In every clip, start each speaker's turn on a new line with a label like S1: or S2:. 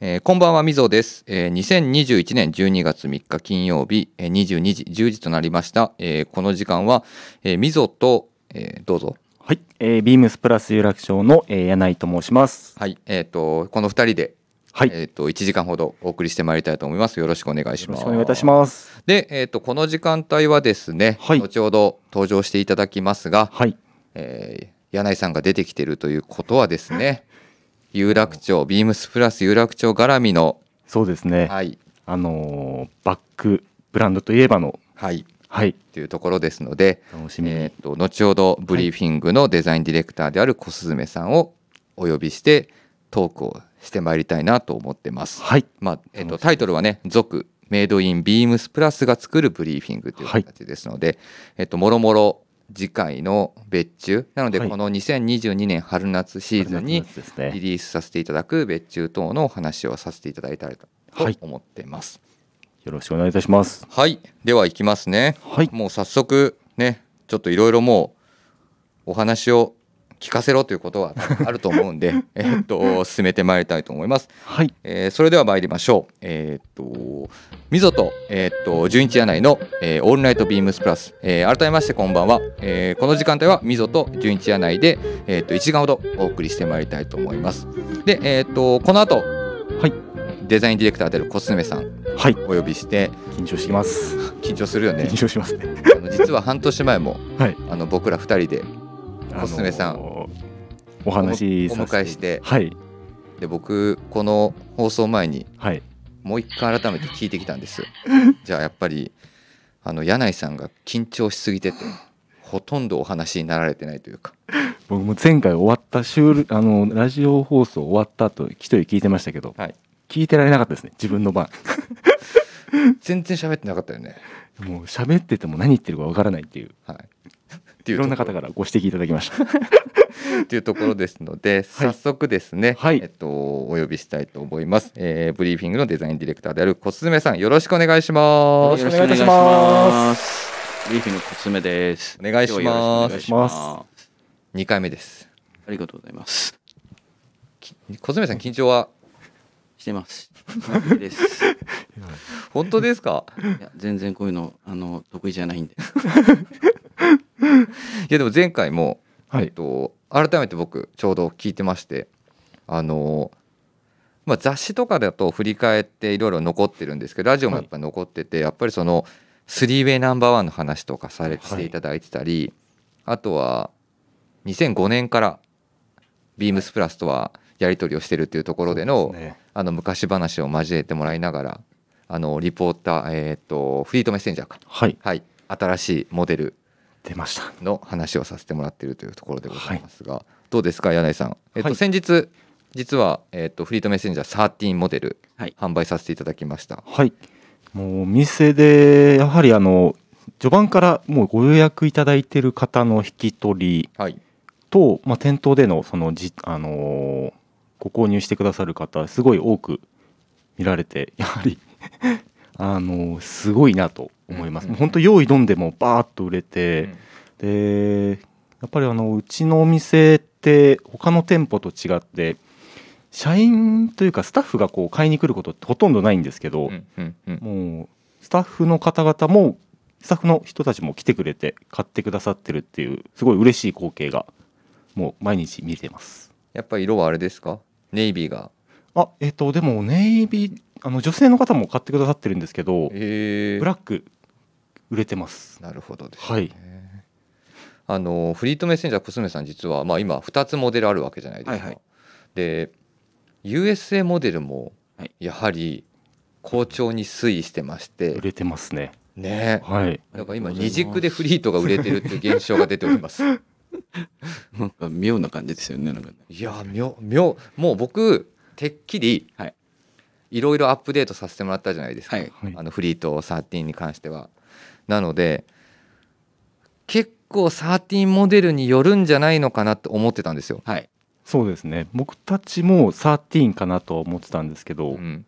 S1: えーこんばんはみぞです、えー2021年12月3日金曜日、えー22時10時となりました、えーこの時間は、えー、みぞと、えーどうぞ
S2: はい、えー、ビームスプラス有楽町の、えー、柳井と申します。
S1: はいえっ、とこの二人で、
S2: はい、よ
S1: えー、と1時間ほどお送りしてまいりたいと思いますよろしくお願いし
S2: ろ
S1: ま
S2: し
S1: す
S2: くお願いいたします。
S1: で、えー、とこの時間帯はですね、
S2: はい
S1: 後ほど登場していただきますが、
S2: はい、
S1: えー柳井さんが出てきてるということはですね有楽町ビームスプラス有楽町絡みの
S2: そうですね。
S1: はい
S2: あのーバックブランドといえばの、
S1: はい
S2: はい、
S1: というところですので、
S2: 楽しみに、
S1: えー、と後ほどブリーフィングのデザインディレクターである小雀さんをお呼びしてトークをしてまいりたいなと思ってます。
S2: はい、
S1: まあえー、
S2: 楽しみで
S1: と
S2: す
S1: タイトルはね「続メイドインビームスプラスが作るブリーフィング」という
S2: はい
S1: 形ですので、えっともろもろ次回の別注なので、
S2: はい
S1: この2022年春夏シーズンに
S2: 春夏です
S1: リ
S2: ね。
S1: リースさせていただく別注等のお話をさせていただいたらと
S2: はい
S1: 思ってます。
S2: よろしくお願いいたします。
S1: はい、ではいきますね。
S2: はい、
S1: もう早速ねちょっといろいろもうお話を聞かせろということはあると思 うんでえっと進めてまいりたいと思います。
S2: はい、
S1: えーそれでは参りましょう。えーっとみぞとえーっと純一柳井の、えーオールナイトビームスプラス、えー改めましてこんばんは。えーこの時間帯はみぞと純一柳井でえーっと1時間ほどお送りしてまいりたいと思います。でえーっとこの後
S2: はい、
S1: デザインディレクターであるコスメさん
S2: はい、
S1: お呼びして
S2: 緊張してきます。
S1: 緊張するよね
S2: 緊。張しますね。
S1: あの実は半年前も
S2: はい、
S1: あの僕ら2人で
S2: あのー
S1: コスメさん
S2: お話し
S1: お
S2: させ
S1: 迎えして
S2: はい、
S1: で僕この放送前に
S2: はい、
S1: もう一回改めて聞いてきたんですじゃあやっぱりあの柳井さんが緊張しすぎててほとんどお話になられてないというか
S2: 僕も前回終わった収録あのーラジオ放送終わった後一人聞いてましたけど、
S1: はい
S2: 聞いてられなかったですね。自分の番。
S1: 全然喋ってなかったよね、
S2: もう喋ってても何言ってるかわからないっていう
S1: はい、っていうとこ
S2: い
S1: ろ
S2: ろんな方からご指摘いただきまし た
S1: っていうところですので、早速ですね、
S2: はい
S1: えっと、お呼びしたいと思います、えーブリーフィングのデザインディレクターである小雀さんよろしくお願いしま
S2: よ
S1: す
S2: ろしくお願いします。
S3: ブリーフィングコツメです。
S1: お願いします
S3: 今日はよろくお願いします。
S1: 2回目です
S3: ありがとうございます。
S1: き小爪さん緊張は
S3: してます。完璧です。い
S1: 本当ですか
S3: や全然こういうのあの得意じゃないんで。
S1: いやでも前回も
S2: は
S1: えっ
S2: い
S1: と、改めて僕ちょうど聞いてましてあの、まあ、雑誌とかだと振り返っていろいろ残ってるんですけどラジオもやっぱ残ってて、やっぱりその 3way ナンバーワンの話とかされ
S2: はい
S1: していただいてたり、あとは2005年からビームスプラスとはやり取りをしてるっていうところでの,、
S2: ね
S1: あの昔話を交えてもらいながらあのリポーター、えっとフリートメッセンジャーか、
S2: はい
S1: はい、新しいモデル
S2: 出ました
S1: の話をさせてもらっているというところでございますが、どうですか柳井さん、えっと
S2: はい
S1: 先日実は、えっと、フリートメッセンジャー13モデル
S3: はい
S1: 販売させていただきました、
S2: はいもうお店でやはりあの序盤からもうご予約いただいてる方の引き取り
S1: はい
S2: と、まあ、店頭でのそのじ、あのーご購入してくださる方すごい多く見られてやはり あのーすごいなと思います、
S1: うんうん
S2: もう本当用意どんでもバーッと売れて、でやっぱりあのうちのお店って他の店舗と違って社員というかスタッフがこう買いに来ることってほとんどないんですけど、
S1: うんうんうん
S2: もうスタッフの方々もスタッフの人たちも来てくれて買ってくださってるっていうすごい嬉しい光景がもう毎日見てます
S1: やっぱり色はあれですかネイビーが
S2: あえっ、とでもネイビーあの女性の方も買ってくださってるんですけど
S1: え
S2: ブラック売れてます
S1: なるほどです、ね
S2: はい
S1: あのフリートメッセンジャーコスメさん実は、まあ、今2つモデルあるわけじゃないですか、
S3: はいはい
S1: で USA モデルも
S3: はい
S1: やはり好調に推移してまして、
S2: 売れてますね
S1: ね
S2: はい
S1: なんか今二軸でフリートが売れてるっていう現象が出ております。
S3: なんか妙な感じですよね。なんかね
S1: いや妙妙もう僕てっきり、
S3: はい
S1: い、ろいろアップデートさせてもらったじゃないですか、
S3: はい
S2: はい
S1: あのフリート13に関しては。なので結構13モデルによるんじゃないのかなって思ってたんですよ。
S3: はい
S2: そうですね僕たちも13かなとは思ってたんですけど、
S1: うん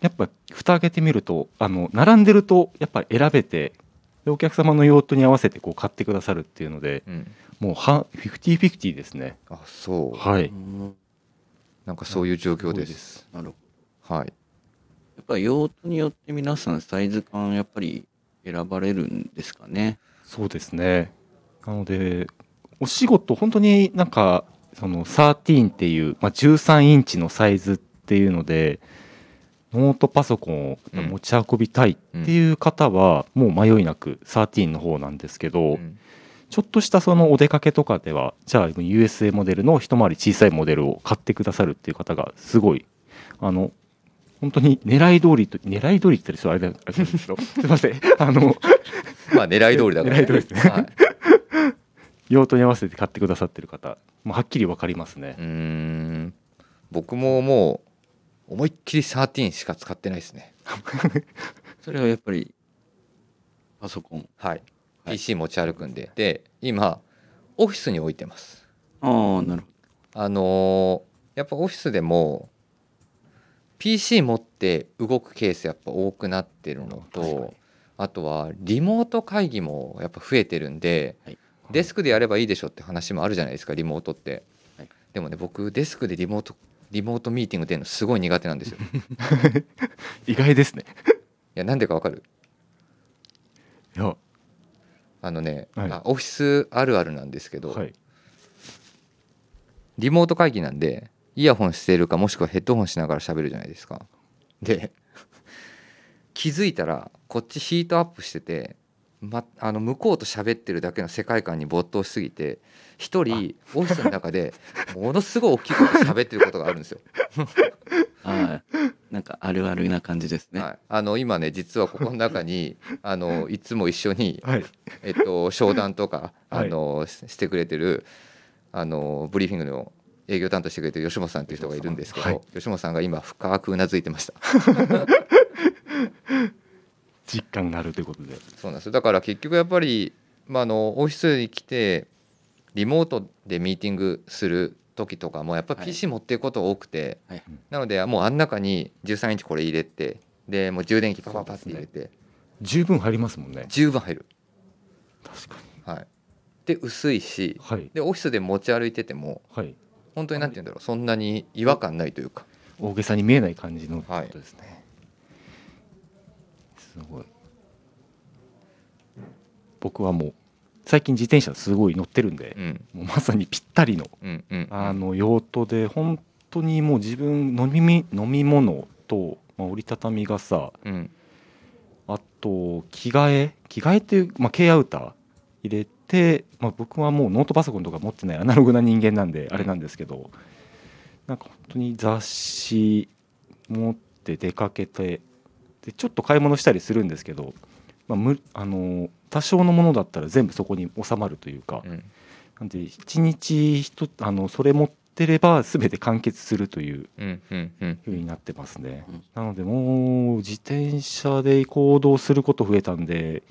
S2: やっぱ蓋開けてみるとあの並んでるとやっぱ選べてでお客様の用途に合わせてこう買ってくださるっていうので
S1: うん、
S2: もうはフィフティフィフティですね
S1: あそう
S2: は
S3: う
S2: い
S3: ん
S1: なんかそういう状況です。
S3: なるほど
S1: はい
S3: やっぱ用途によって皆さんサイズ感やっぱり選ばれるんですかね。
S2: そうですねなのでお仕事本当になんかその13っていう、まあ、13インチのサイズっていうのでノートパソコンを
S1: うん
S2: 持ち運びたいっていう方は、もう迷いなく13の方なんですけど、
S1: うん
S2: ちょっとしたそのお出かけとかではじゃあ USA モデルの一回り小さいモデルを買ってくださるっていう方がすごいあの本当に狙い通りと狙い通りって言ったらちょっとあれだあれなんですけど すいませんあの
S1: まあ狙い通りだから、
S2: 狙い通りですね
S1: はい、
S2: 用途に合わせて買ってくださってる方もうはっきり分かりますね
S1: うーん僕ももう思いっきり13しか使ってないですね
S3: それはやっぱりパソコン。
S1: はい
S3: はい
S1: PC 持ち歩くんでで今オフィスに置いてます
S3: ああ、なるほ
S1: あのーやっぱオフィスでも PC 持って動くケースやっぱ多くなってるの
S3: 確か
S1: と
S3: に
S1: あとはリモート会議もやっぱ増えてるんで、
S3: はい
S1: デスクでやればいいでしょって話もあるじゃないですかリモートって、
S3: はい
S1: でもね僕デスクでリモートリモートミーティング出るのすごい苦手なんですよい
S2: 意外ですね
S1: やなんでかわかる
S2: いや
S1: あのね、
S2: はい
S1: あオフィスあるあるなんですけど、
S2: はい
S1: リモート会議なんでイヤホンしてるかもしくはヘッドホンしながら喋るじゃないですかで 気づいたらこっちヒートアップしてて、ま、あの向こうと喋ってるだけの世界観に没頭しすぎて一人オフィスの中でものすごい大きい声で喋ってることがあるんですよ。
S3: ど。ああ、なんかあるあるな感じですね。
S1: はい、あの今ね実はここの中にあのいつも一緒に
S2: はい
S1: えっと、商談とか
S2: は
S1: あ
S2: い
S1: の、ししてくれてるあのブリーフィングの営業担当してくれてる吉本さんという人がいるんですけど、
S2: はい
S1: 吉本さんが今深くうなずいてました
S2: 実感があるということで
S1: そうなんですよだから結局やっぱり、まあ、あのオフィスに来てリモートでミーティングする時とかもやっぱ
S3: はい
S1: PC 持っていくことが多くて、
S3: はい
S1: なのでもうあん中に13インチこれ入れてでもう充電器パパパって入れて、
S2: 十分入りますもんね
S1: 十分入る、
S2: 確かに
S1: はい、で薄いし
S2: はい
S1: でオフィスで持ち歩いてても
S2: はい
S1: 本当になんて言うんだろうそんなに違和感ないというか
S2: 大げさに見えない感じのこ
S1: はい
S2: とですね、すごい僕はもう最近自転車すごい乗ってるんで
S1: う、ん
S2: もうまさにぴったりの
S1: うんうん
S2: あの用途で本当にもう自分飲みみ飲み物と、まあ、折りたたみ傘
S1: うん
S2: あと着替え着替えっていう、まあ、軽アウター入れて、まあ、僕はもうノートパソコンとか持ってないアナログな人間なんであれなんですけど、なんか本当に雑誌持って出かけてでちょっと買い物したりするんですけど、まあ、むあの多少のものだったら全部そこに収まるというか、
S1: うん
S2: なんで一日一つあのそれ持ってれば全て完結するという
S1: うんうんうん
S2: 風になってますね、
S3: うん
S2: なのでもう自転車で行動すること増えたんで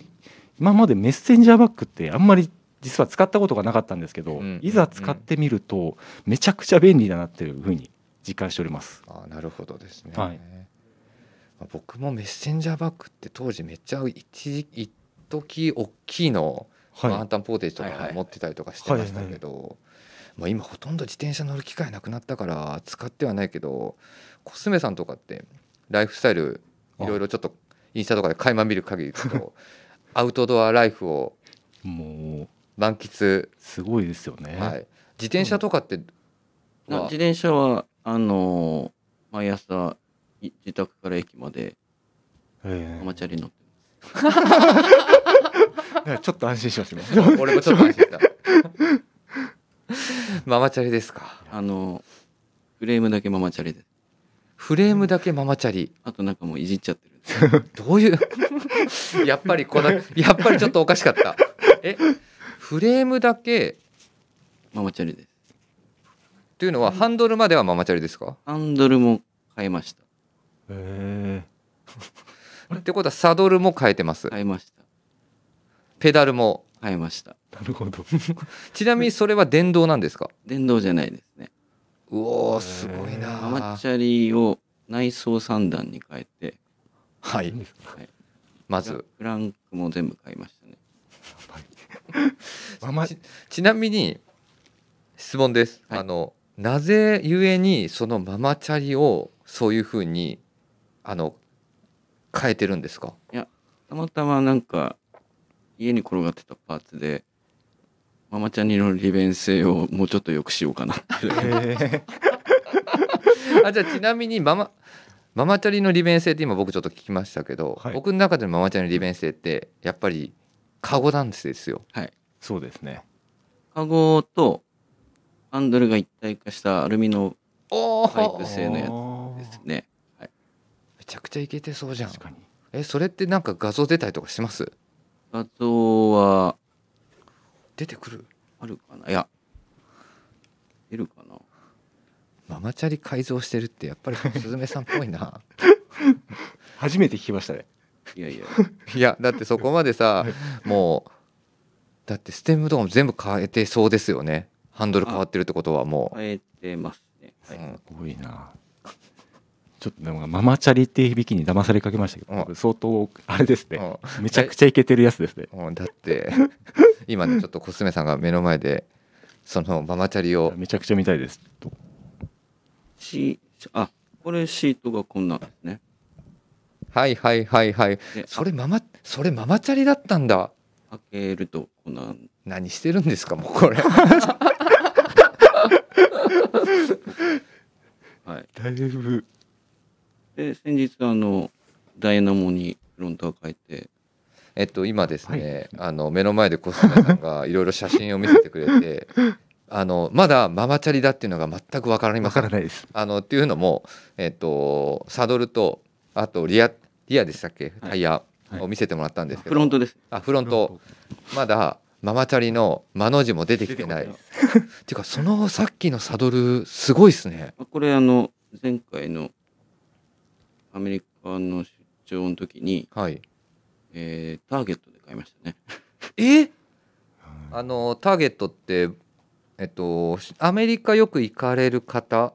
S2: 今までメッセンジャーバッグってあんまり実は使ったことがなかったんですけど、
S1: うん
S2: いざ使ってみるとめちゃくちゃ便利だなっていうふうに実感しております
S1: あーなるほどですね、
S2: はい
S1: まあ僕もメッセンジャーバッグって当時めっちゃ一時一時大きいの
S2: はい、
S1: ワンタンポーテージと
S3: はいはい
S1: か
S3: はい
S1: 持ってたりとかしてましたけどまあ今ほとんど自転車乗る機会なくなったから使ってはないけどコスメさんとかってライフスタイルいろいろちょっとインスタとかで垣間見る限りだ とアウトドアライフを
S2: もう
S1: 満喫
S2: すごいですよね、
S1: はい、自転車とかって、
S3: な
S1: は
S3: 自転車は、あのー毎朝い自宅から駅まで
S2: え
S3: ア
S2: え
S3: マチャリ乗って
S2: だからちょっと安心しましたね
S1: 俺もちょっと安心したママチャリですか
S3: あのーフレームだけママチャリです。
S1: フレームだけママチャリ
S3: あとなんかもういじっちゃってる。
S1: どういう やっぱりこだやっぱりちょっとおかしかったえフレームだけ
S3: ママチャリです。
S1: というのはハンドルまではママチャリですか
S3: ハンドルも変えました。
S2: え
S1: ってことはサドルも変えてます、
S3: 変えました。
S1: ペダルも
S3: 変えました。
S2: えなるほど
S1: ちなみにそれは電動なんですか
S3: 電動じゃないですね。
S1: うおーすごいな
S3: ママチャリを内装三段に変えて、
S1: はいまず
S3: フランクも全部買いましたね。
S2: ママ
S1: ちちなみに質問です、
S3: はい
S1: あのなぜゆえにそのママチャリをそういうふうにあの変えてるんですか
S3: たまたまなんか家に転がってたパーツでママチャニの利便性をもうちょっと良くしようかなって
S2: え
S1: あじゃあちなみにママママチャリの利便性って今僕ちょっと聞きましたけど、
S2: はい
S1: 僕の中でのママチャリの利便性ってやっぱりカゴなんですよ。
S2: そうですね
S3: カゴとハンドルが一体化したアルミの
S1: おー
S3: パイプ製のやで
S2: や
S3: すね
S1: めちゃくちゃいけてそうじゃん
S2: 確。かに
S1: えそれってなんか画像出たりとかします
S3: 画像は
S1: 出てくる
S3: あるかないや出るかな
S1: ママチャリ改造してるってやっぱりスズメさんっぽいな。
S2: 初めて聞きましたね
S3: いやいや
S1: いやだってそこまでさもうだってステムとかも全部変えてそうですよねハンドル変わってるってことはも
S3: 変えてますね、
S1: う。
S3: はい
S1: うん
S2: すごいなちょっとなんかママチャリっていう響きに騙されかけましたけど
S1: うん
S2: 僕相当あれですね
S1: う
S2: めちゃくちゃイケてるやつですね
S1: んうんだって 今ねちょっとコスメさんが目の前でそのママチャリを
S2: めちゃくちゃ見たいですと
S3: シーあこれシートがこんなんですね
S1: はいはいはいはい
S3: で
S1: それママそれママチャリだったんだ
S3: あ開けるとこんなん
S1: 何してるんですかもうこ れ
S3: はい
S2: だいぶ
S3: で先日あのダイナモにフロントを変えて
S1: えっと今ですね、あの目の前でコスメさんが いろいろ写真を見せてくれてあのまだママチャリだっていうのが全くわかりま
S2: わ
S1: せ
S2: か
S1: ん
S2: らないです
S1: あのっていうのも、えっと、サドルとあとリアリアでしたっけ
S3: はい
S1: タイヤ
S2: はい
S1: を見せてもらったんですけ
S3: フ
S1: ど、
S3: ロントです
S1: あフロントまだママチャリの「マ」の字も出てきてない
S2: 出てこ
S1: っていうかそのさっきのサドルすごいっすね
S3: あこれあの前回のアメリカの出張の時に、
S1: はい
S3: えーターゲットで買いましたね
S1: えあのターゲットってえっとアメリカよく行かれる方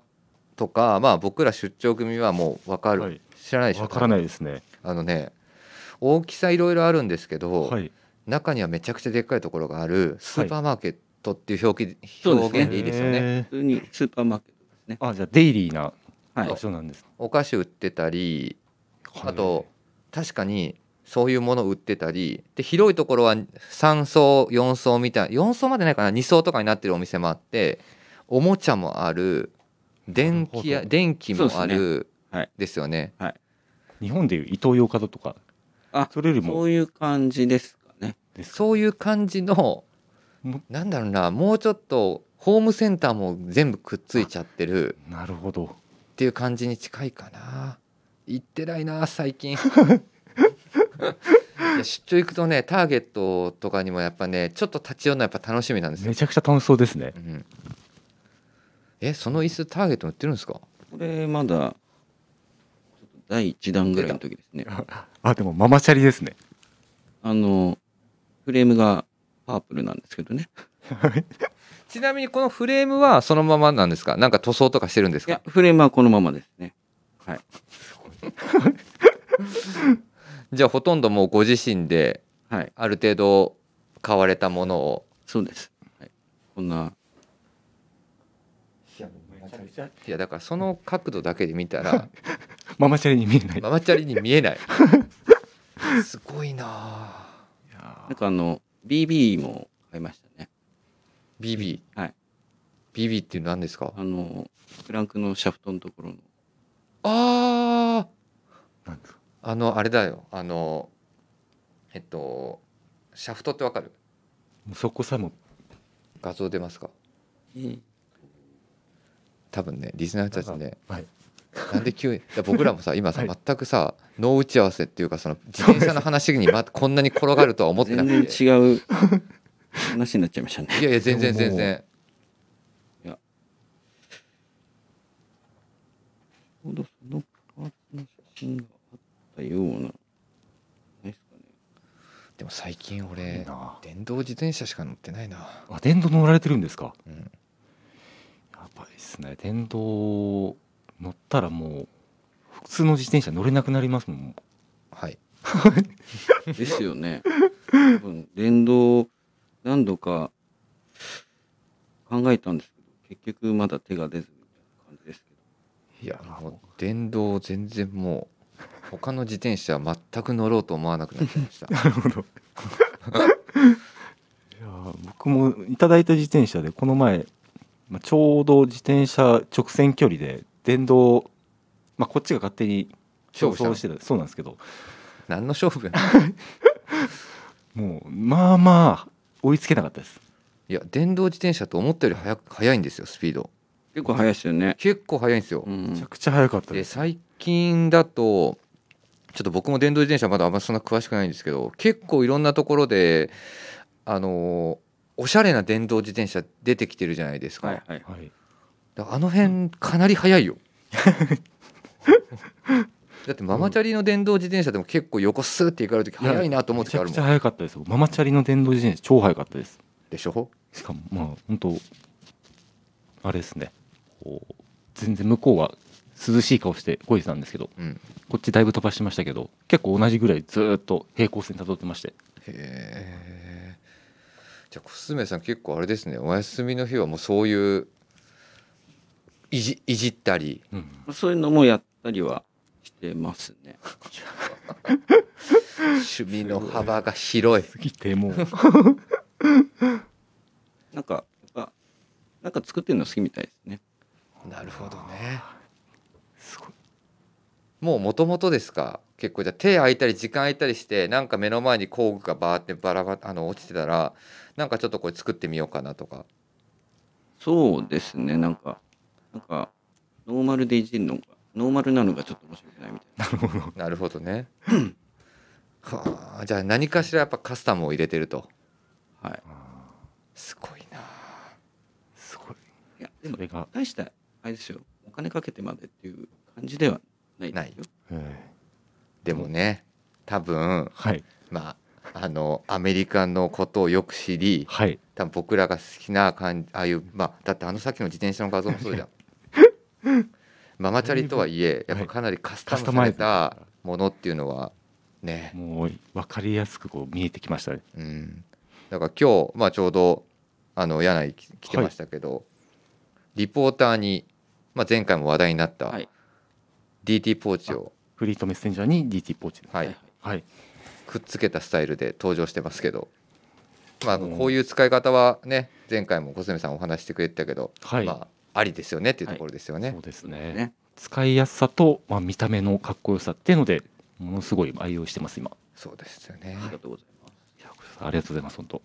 S1: とかまあ僕ら出張組はもう分かる、
S2: はい
S1: 知らないでしょ
S2: わからないですね
S1: あのね大きさいろいろあるんですけど、
S2: はい
S1: 中にはめちゃくちゃでっかいところがあるスーパーマーケットっていう表記、
S3: そうです
S1: 表
S3: ね
S1: 現でいいですよね。
S2: へー
S3: 普通にスーパーマーケットですね
S2: あじゃあデイリーな
S3: はい
S2: 場所なんです
S1: お菓子売ってたりあと確かにそういうもの売ってたりで広いところは3層4層みたいな4層までないかな2層とかになってるお店もあっておもちゃもある電気
S2: なる
S1: や
S2: ほど
S1: 電気もある
S3: すねはい
S1: ですよね。
S2: 日本でいうイトーヨーカドーとか
S3: あ
S2: それより
S3: そ
S2: も
S3: ういう感じですかね
S1: そういう感じの
S2: も
S1: なんだろうなもうちょっとホームセンターも全部くっついちゃってる。
S2: なるほど
S1: っていう感じに近いかな行ってないな最 近いや出張行くとねターゲットとかにもやっぱねちょっと立ち寄るのはやっぱ楽しみなんですよ
S2: め、ちゃくちゃ楽しそうですね
S1: うん、えその椅子ターゲットに売ってるんですか
S3: これまだちょっと第1弾ぐらいの時ですね
S2: あでもママチャリですね
S3: あのフレームがパープルなんですけどね
S1: ちなみにこのフレームはそのままなんですかなんか塗装とかしてるんです
S3: いや
S1: か
S3: フレームはこのままですねはい
S1: じゃあほとんどもうご自身で
S3: はい
S1: ある程度買われたものを
S3: そうです、はい、こんない
S1: やだからその角度だけで見たら
S2: ママチャリに見えない
S1: ママチャリに見えない すごいなあ
S3: なんかあの BB も買いましたね
S1: BB
S3: はい
S1: BB っていうのは何ですか
S3: あのクランクのシャフトのところの
S1: ああ
S2: なんですか
S1: あのあれだよあのえっとシャフトってわかる
S2: もうそこさえも
S1: 画像出ますか多分ねリスナーたちね
S2: はい
S1: なんで急にいや僕らもさ今さ、
S2: はい
S1: 全くさ脳打ち合わせっていうかその自転車の話に、ま、こんなに転がるとは思ってな
S3: 全
S1: く
S3: 然
S1: て
S3: 違う話になっちゃいましたね
S1: いやいや全然
S2: でも
S1: 全然
S3: ちょうどそのパーツの写真があったようなないですかね
S1: でも最近
S2: いい
S1: 俺
S2: な
S1: 電動自転車しか乗ってないな、
S2: あ電動乗られてるんですか
S1: うん、
S2: やばいですね電動乗ったらもう普通の自転車乗れなくなりますもん
S1: はい
S3: ですよね。多分電動何度か考えたんですけど結局まだ手が出ずみたいな感じですけど
S1: いやもう電動全然もう他の自転車は全く乗ろうと思わなくなっちゃいま した
S2: なるほどいやー僕もいただいた自転車でこの前、まあ、ちょうど自転車直線距離で電動、まあ、こっちが勝手に
S1: 勝負したの
S2: してたそうなんですけど
S1: 何の勝負や
S2: もうまあまあ追いつけなかったです
S1: いや電動自転車と思ったより速く速いんですよスピード
S3: 結構速いですよね。
S1: 結構速いんですよ、
S3: うん
S2: めちゃくちゃ速かった
S1: で
S2: です、
S1: 最近だとちょっと僕も電動自転車まだあんまそんな詳しくないんですけど結構いろんなところであのおしゃれな電動自転車出てきてるじゃないですか,、
S3: はいはい。
S2: はい、
S1: あの辺かなり速いよ だってママチャリの電動自転車でも結構横スーって行かれる時速いなと思う時
S2: めち
S1: ある
S2: ゃく
S1: も
S2: ちゃ
S1: ん
S2: 速かったですママチャリの電動自転車超速かったです
S1: でしょ
S2: しかもまあ本当あれですねこう全然向こうは涼しい顔して動いてたんですけど
S1: うん
S2: こっちだいぶ飛ばしてましたけど結構同じぐらいずーっと平行線たどってまして
S1: へえじゃあコスメさん結構あれですねお休みの日はもうそういういじいじったり
S2: うん
S3: そういうのもやったりはしてますね。
S1: 趣味の幅が広い
S2: 過ぎてもう
S3: なんか、やっぱ、なんか作ってるの好きみたいですね。
S1: なるほどね
S2: すごい
S1: もうもともとですか結構じゃあ手空いたり時間空いたりしてなんか目の前に工具がバーってバラバあの落ちてたらなんかちょっとこれ作ってみようかなとか
S3: そうですね、なんか、なんか、ノーマルでいじるのが、ノーマルなのがちょっと面白くないみたいな。
S1: なるほどねはあじゃあ何かしらやっぱカスタムを入れてると
S3: はい。
S1: すごいな
S2: すごい
S3: いや、でも
S2: そ、れが、
S3: 大した、あれですよ、お金かけてまでっていう感じではないですよ。
S2: え
S1: でもね多分
S2: ーはい
S1: まああのアメリカのことをよく知り
S2: はい
S1: 多分僕らが好きな感じああいうまあだってあのさっきの自転車の画像もそうじゃん ママチャリとはいえやっぱかなりカスタムされたものっていうのはね
S2: もう分かりやすくこう見えてきましたね
S1: うんだから今日まあちょうどあの柳井き来てましたけど、リポーターに、まあ、前回も話題になった
S3: はい
S1: DT ポーチを、
S2: フリートメッセンジャーに DT ポーチで
S1: はい
S3: はい
S2: はい
S1: くっつけたスタイルで登場してますけど、まあ、
S2: うん
S1: こういう使い方はね前回も小杉さんお話ししてくれてたけど、
S2: はい、
S1: まあ、ありですよねっていうところですよね。
S2: そうです
S3: そうで
S2: ね
S3: すね。
S2: 使いやすさと、まあ、見た目のかっこよさっていうのでものすごい愛用してます今
S1: そうですよね
S3: ありがとうございます。
S2: いやありがとうございます本当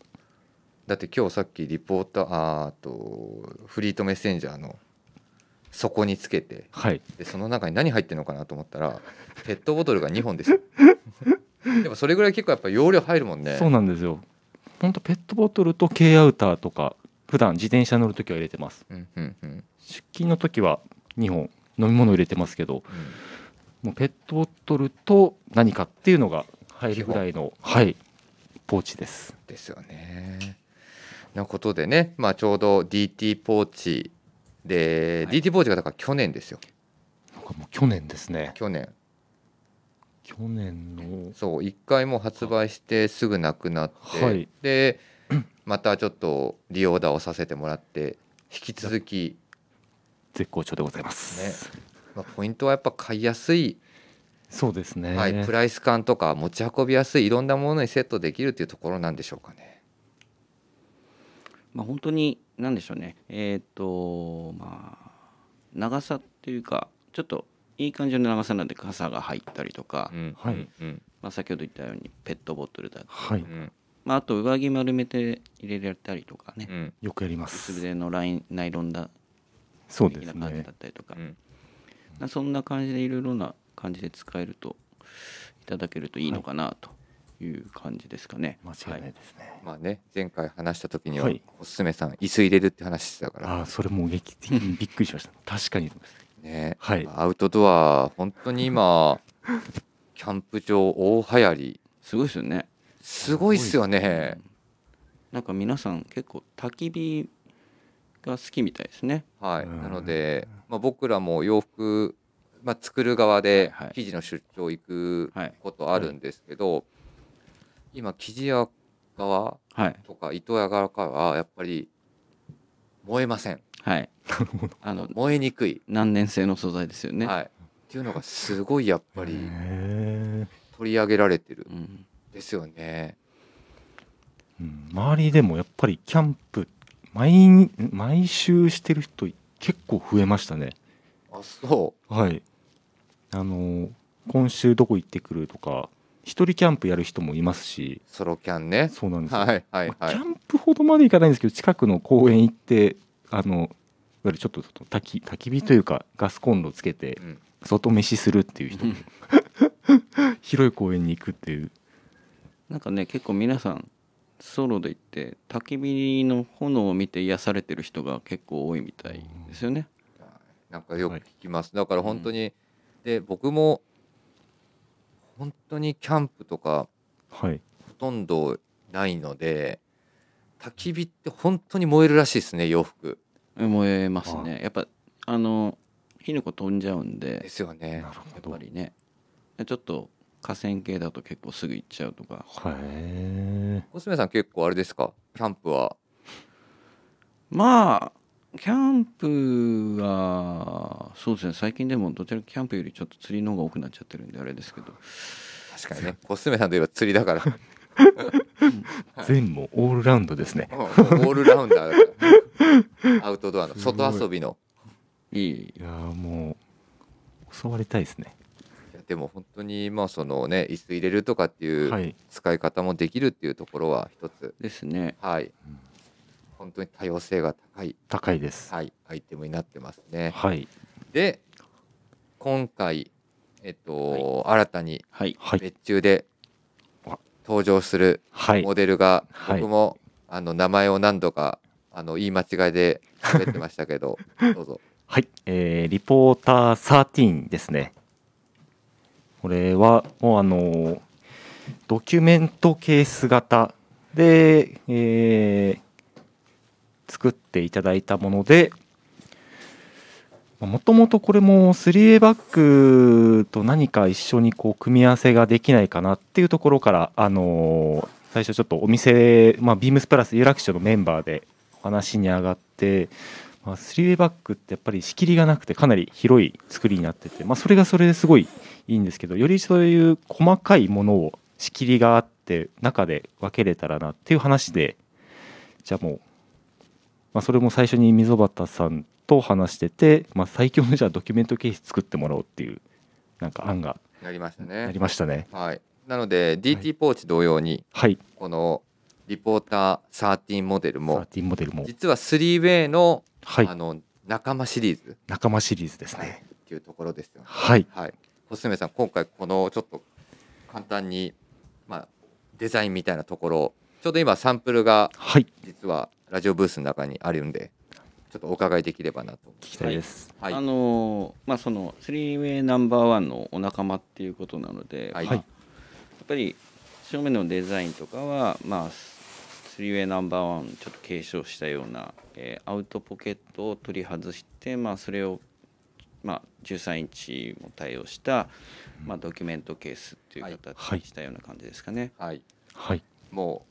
S1: だって今日さっきリポーターあーとフリートメッセンジャーの底につけて
S2: はい
S1: でその中に何入ってるのかなと思った らペットボトルが2本でしたでもそれぐらい結構やっぱ容量入るもんね
S2: そうなんですよ本当ペットボトルと軽アウターとか普段自転車乗るときは入れてます
S1: うんうんうん
S2: 出勤の時は2本飲み物入れてますけど
S1: うん
S2: もうペットボトルと何かっていうのが入るぐらいのはいポーチです
S1: ですよね。なことでね、まあ、ちょうど DT ポーチで、
S3: はい
S1: DT ポーチがだから去年ですよ
S2: なんかもう去年ですね
S1: 去年
S2: 去年の
S1: そう1回もう発売してすぐなくなって、
S2: はい
S1: でまたちょっとリオーダーをさせてもらって引き続き、
S2: 絶好調でございます、
S1: まあ、ポイントはやっぱ買いやすい、
S2: そうですね、
S1: はい、プライス感とか持ち運びやすいいろんなものにセットできるっていうところなんでしょうかね。
S3: まあ、本当に何でしょうねえっ、とまあ長さっていうかちょっといい感じの長さなんで傘が入ったりとか、
S1: うん
S2: はい
S1: うん
S3: まあ、先ほど言ったようにペットボトルだ、
S2: は
S1: う
S2: い
S1: ん
S3: まあ、あと上着丸めて入れられたりとかね、
S1: うん
S2: よくやりま
S3: 薄
S2: す
S3: 腕のラインナイロンだ
S2: そうで
S3: 的
S2: す
S3: な感じ
S2: ね
S3: だったりとか、
S1: うん
S3: まあそんな感じでいろいろな感じで使えるといただけるといいのかなという感じですかね。
S2: 間違いないですね、
S1: まあね前回話した時には、
S2: はい
S1: おすすめさん椅子入れるって話してたから
S2: ああそれもう劇的にびっくりしました確かに
S1: ね、
S2: はい
S1: アウトドア本当に今キャンプ場大流行り
S3: すごいですよね。
S1: すごいっすよね
S3: なんか皆さん結構焚き火が好きみたいですね。
S1: はい
S2: うん
S1: なので、まあ、僕らも洋服、まあ、作る側で
S3: はいはい
S1: 生地の出張行く
S3: はい
S1: ことあるんですけど、今生地屋側
S3: はい
S1: とか糸屋側からはやっぱり燃えません
S3: はい。
S2: なるほど
S3: あの
S1: 燃えにくい、
S3: 難燃性の素材ですよね。
S1: はい、っていうのがすごいやっぱり
S2: へえ
S1: 取り上げられてる
S3: うん
S1: んですよね。
S2: うん周りでもやっぱりキャンプ毎日毎週してる人結構増えましたね
S1: あそ
S2: はいあの今週どこ行ってくるとか一人キャンプやる人もいますし
S1: うソロキャンね。
S2: そうなんですよ
S1: はいはい
S2: まあ
S1: は
S2: キャ
S1: い。
S2: ンプほどまで行かないんですけど近くの公園行ってあのいわゆるちょっと焚き焚き火というかガスコンロつけて
S1: うん
S2: 外飯するっていう 人も広い公園に行くっていう
S3: なんかね結構皆さんソロで行って焚き火の炎を見て癒されてる人が結構多いみたいですよね。
S1: なんかよく聞きます。だから本当に、で僕も本当にキャンプとか
S2: はい
S1: ほとんどないので焚き火って本当に燃えるらしいですね洋服
S3: 燃えますね
S2: は
S3: やっぱあの火の粉飛んじゃうんで
S1: ですよね。
S2: る
S3: やっぱりねちょっと河川系だと結構すぐ行っちゃうとか
S2: へえ
S1: コスメさん結構あれですかキャンプは
S3: まあキャンプはそうですね最近でもどちらかキャンプよりちょっと釣りの方が多くなっちゃってるんであれですけど
S1: 確かにね コスメさんといえば釣りだからはい
S2: 全部オールラウンドですね
S1: もうオールラウンダーだからアウトドアの
S2: すごい
S1: 外遊びの
S3: いい
S2: いやーもう襲われたいですね
S1: いやでも本当にまあそのね椅子入れるとかってい
S2: は
S1: う
S2: い
S1: 使い方もできるっていうところは一つ
S3: ですね
S1: はい
S2: うん
S1: 本当に多様性が高い、
S2: 高いです
S1: はい、アイテムになってますね
S2: はい
S1: で今回えっと、新たに
S3: はい
S2: はい
S1: 別注で
S2: あ
S1: 登場する
S2: はい
S1: モデルが、
S2: はい
S1: 僕もあの名前を何度かあの言い間違いで喋ってましたけ どどうぞ
S2: はい、えーリポーター13ですね。これはもうあのードキュメントケース型で、えー作っていただいたものでもともとこれも 3A バッグと何か一緒にこう組み合わせができないかなっていうところから、あのー最初ちょっとお店、まあ、ビームスプラス有楽町のメンバーでお話に上がって。まあ、3ウェイバックってやっぱり仕切りがなくてかなり広い作りになってて、まあ、それがそれですごいいいんですけどよりそういう細かいものを仕切りがあって中で分けれたらなっていう話でじゃあもう、まあ、それも最初に溝端さんと話してて、まあ、最強のじゃあドキュメントケース作ってもらおうっていうなんか案が
S1: なりました
S2: な
S1: ね
S2: りましたね。
S1: はいなので DT ポーチ同様に
S2: はい、
S1: このリポーター13モデルも
S2: 13モデルも、
S1: 実は 3way の,、
S2: はい
S1: あ、の仲間シリーズ
S2: 仲間シリーズですね。
S1: っていうところですよね
S2: はい、
S1: はい星野さん今回このちょっと簡単にまあデザインみたいなところをちょうど今サンプルが
S2: はい、聞
S1: 実はラジオブースの中にあるんでちょっとお伺いできればなと思
S2: きたいです。
S1: はい
S3: あのーまあその 3way ナンバーワンのお仲間っていうことなので、
S1: はい
S3: まあやっぱり正面のデザインとかはまあ 3way ナンバーワンちょっと継承したような、えーアウトポケットを取り外してまあそれをまあ13インチも対応した、まあ、ドキュメントケースっていう形にしたような感じですかね。
S1: はい、
S2: はい、
S1: も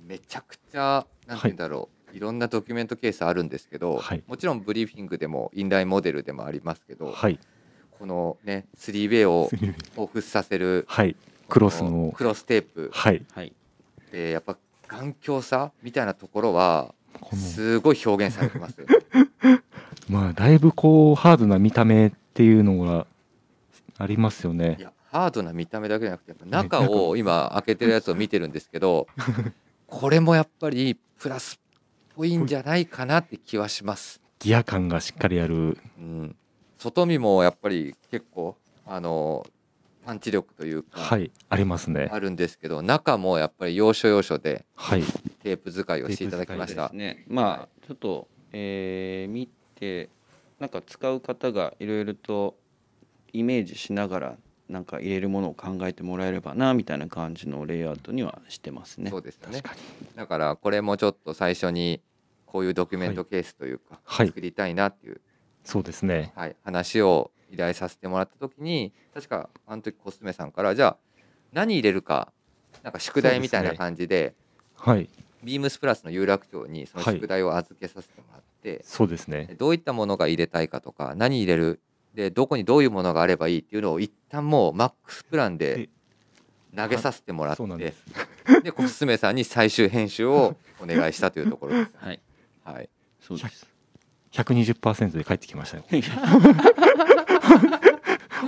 S1: うめちゃくちゃなんて言うんだろう、い、ろんなドキュメントケースあるんですけど、
S2: はい
S1: もちろんブリーフィングでもインラインモデルでもありますけど、
S2: はい、
S1: このね 3way を彷彿させる
S2: はい、クロスの
S1: クロステープ
S2: はい、
S3: はい、
S1: でやっぱ頑強さみたいなところは
S2: この
S1: すごい表現されてますよ ね
S2: まあだいぶこうハードな見た目っていうのがありますよね
S1: い。やハードな見た目だけじゃなくてやっぱ中を今開けてるやつを見てるんですけ どこれもやっぱりプラスっぽいんじゃないかなって気はします。
S2: ギア感がしっかりある。
S1: うん、外見もやっぱり結構あのパンチ力というか、
S2: はい、ありますね。
S1: あるんですけど中もやっぱり要所要所で
S2: はい、
S1: テープ使いをしていただきま
S2: で
S1: し
S2: す
S1: た。
S3: ね、まあちょっと、えー見てなんか使う方がいろいろとイメージしながらなんか入れるものを考えてもらえればなみたいな感じのレイアウトにはしてますね
S1: そう。ですよね
S2: 確かに
S1: だからこれもちょっと最初にこういうドキュメントケースというか、
S2: はい
S1: 作りたいなっていう、
S2: そうですね。
S1: はい、話を依頼させてもらった時に確かあの時コスメさんからじゃあ何入れるかなんか宿題みたいな感じで
S2: はい、
S1: ビームスプラスの有楽町にその
S2: はい
S1: 宿題を預けさせてもらって、
S2: そうですね。
S1: どういったものが入れたいかとか何入れるでどこにどういうものがあればいいっていうのを一旦もうマックスプランで投げさせてもらって
S2: そうなん
S1: で
S2: です
S1: コスメさんに最終編集をお願いしたというところです。
S3: はい
S1: はい、
S3: そうです
S2: 120%で帰ってきましたね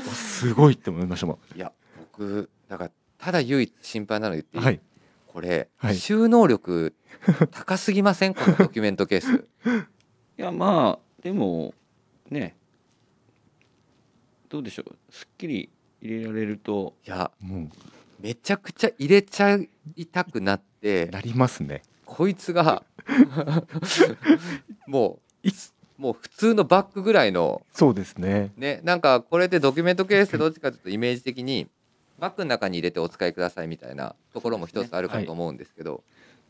S2: すごいって思いましたもん
S1: いや僕だからただ唯一心配なの言っていい、
S2: はい
S1: これ、
S2: はい
S1: 収納力高すぎませんこのドキュメントケース。
S3: いやまあでもねどうでしょうすっきり入れられると
S1: いや
S2: も
S1: めちゃくちゃ入れちゃいたくなっ
S2: う
S1: て
S2: なりますね
S1: こいつ がもうもう普通のバッグぐらいの
S2: そうですね
S1: ねなんかこれでドキュメントケースでどっちかちょっとイメージ的にバッグの中に入れてお使いくださいみたいなところも一つあるかと思うんですけど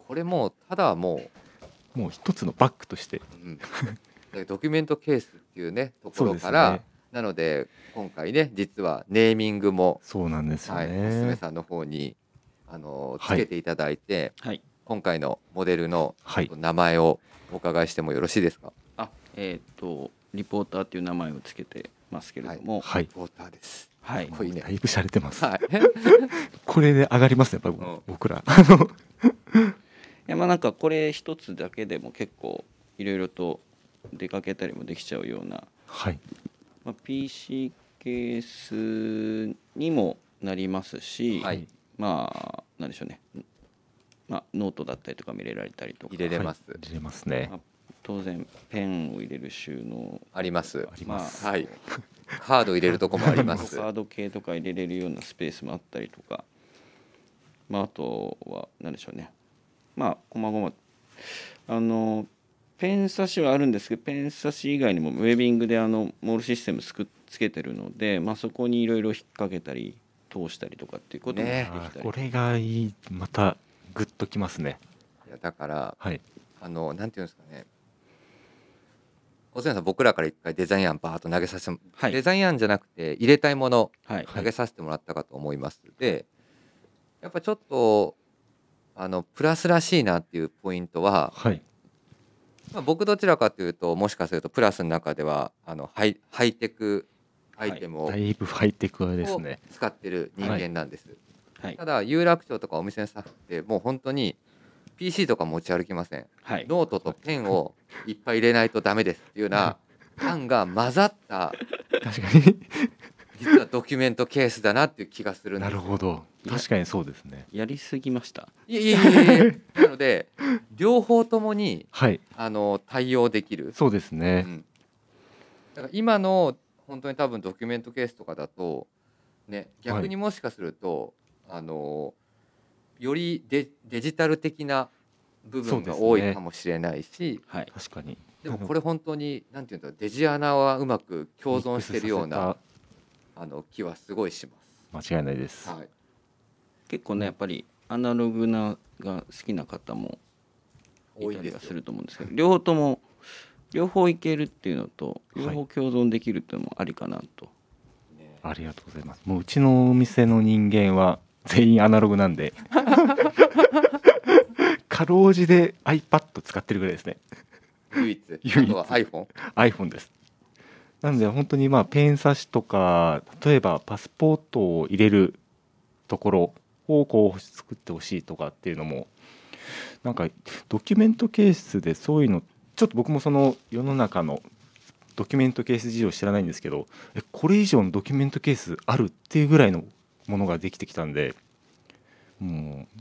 S1: これもうただも
S2: もう一つのバッグとして
S1: う、うん、だからドキュメントケースっていうねとこ
S2: そう
S1: ろ
S2: です
S1: から、
S2: ね
S1: なので今回ね実はネーミングも、
S2: そうなんですよ
S1: はい、娘
S2: ね
S1: さんの方にあのつ
S2: はい
S1: けていただいて、
S3: はい
S1: 今回のモデルの
S2: はい
S1: 名前をお伺いしてもよろしいですか。
S3: あえっ、とリポーターという名前をつけてますけれども
S2: はい
S1: ウォーターです。
S3: はい、
S1: かっこいいね
S2: だ。いぶ洒落てます
S1: はい。
S2: これで上がりますねやっぱ
S1: うん
S2: り僕ら
S3: いやまあなんかこれ一つだけでも結構いろいろと出かけたりもできちゃうような、
S2: はい
S3: まあ、PC ケースにもなりますし、
S1: はい
S3: まあなんでしょうね、まあ、ノートだったりとか見れられたりとか
S1: 入れれます。
S2: はい入れますね
S3: まあ当然ペンを入れる収納
S1: あります。
S2: あります
S1: はい。カード入れるとこもありま
S3: カ
S1: す。
S3: ード系とか入れれるようなスペースもあったりとか、まあ、あとは何でしょうねまあこまごまあのペン差しはあるんですけどペン差し以外にもウェビングであのモールシステムつくつけてるので、まあ、そこにいろいろ引っ掛けたり通したりとかっていうこともでき
S1: ね
S2: あー
S3: たり、
S2: これがいいまたグッときますね
S1: いやだから
S2: はい
S1: あのなんていうんですかね。小泉さん僕らから一回デザイン案バーッと投げさせて、
S3: はい
S1: デザイン案じゃなくて入れたいもの
S3: はい
S1: 投げさせてもらったかと思います。でやっぱちょっとあのプラスらしいなっていうポイントは、
S2: はい
S1: まあ、僕どちらかというともしかするとプラスの中ではあのハイハイテクアイテムを
S2: だいぶハイテクはですね
S1: 使ってる人間なんです、
S3: はい
S1: ただ有楽町とかお店のスタッフってもう本当に PC とか持ち歩きません、
S3: はい
S1: ノートとペンをいっぱい入れないとダメですっていうような感が混ざった
S2: 確かに
S1: 実はドキュメントケースだなっていう気がするんで
S2: な
S1: す
S2: るほど確かにそうですね
S3: やりすぎました
S1: いえいえいえいえなので両方ともに
S2: はい
S1: あの対応できる
S2: そうですね
S1: うん、だから今の本当に多分ドキュメントケースとかだと、ね、逆にもしかすると、あのよりデデジタル的な部
S2: そ
S1: 分
S2: うで
S1: が
S2: すね
S1: 多いかもしれないし
S3: はい
S2: 確かに
S1: で,、もこれ本当になんていうんだろうデジアナはうまく共存してるようなあの気はすごいしま
S2: 間違いないです
S1: す。はい
S3: 結構ねやっぱりアナログなが好きな方も
S1: 多
S3: い
S1: い
S3: た
S1: んで
S3: り
S1: すよ
S3: はすると思うんですけど両方とも両方いけるっていうのと
S2: はい
S3: 両方共存できるっていうのもありかなと、
S1: ね
S2: ありがとうございますもううちのお店の人間は 全員アナログなん でかろうじで iPad 使ってるぐらいですね
S1: 唯一 あ
S2: 唯一
S1: とは iPhone
S2: iPhone ですなので本当にまあペン差しとか例えばパスポートを入れるところをこう作ってほしいとかっていうのもなんかドキュメントケースでそういうのちょっと僕もその世の中のドキュメントケース事情知らないんですけどえこれ以上のドキュメントケースあるっていうぐらいのものができてきたんでもう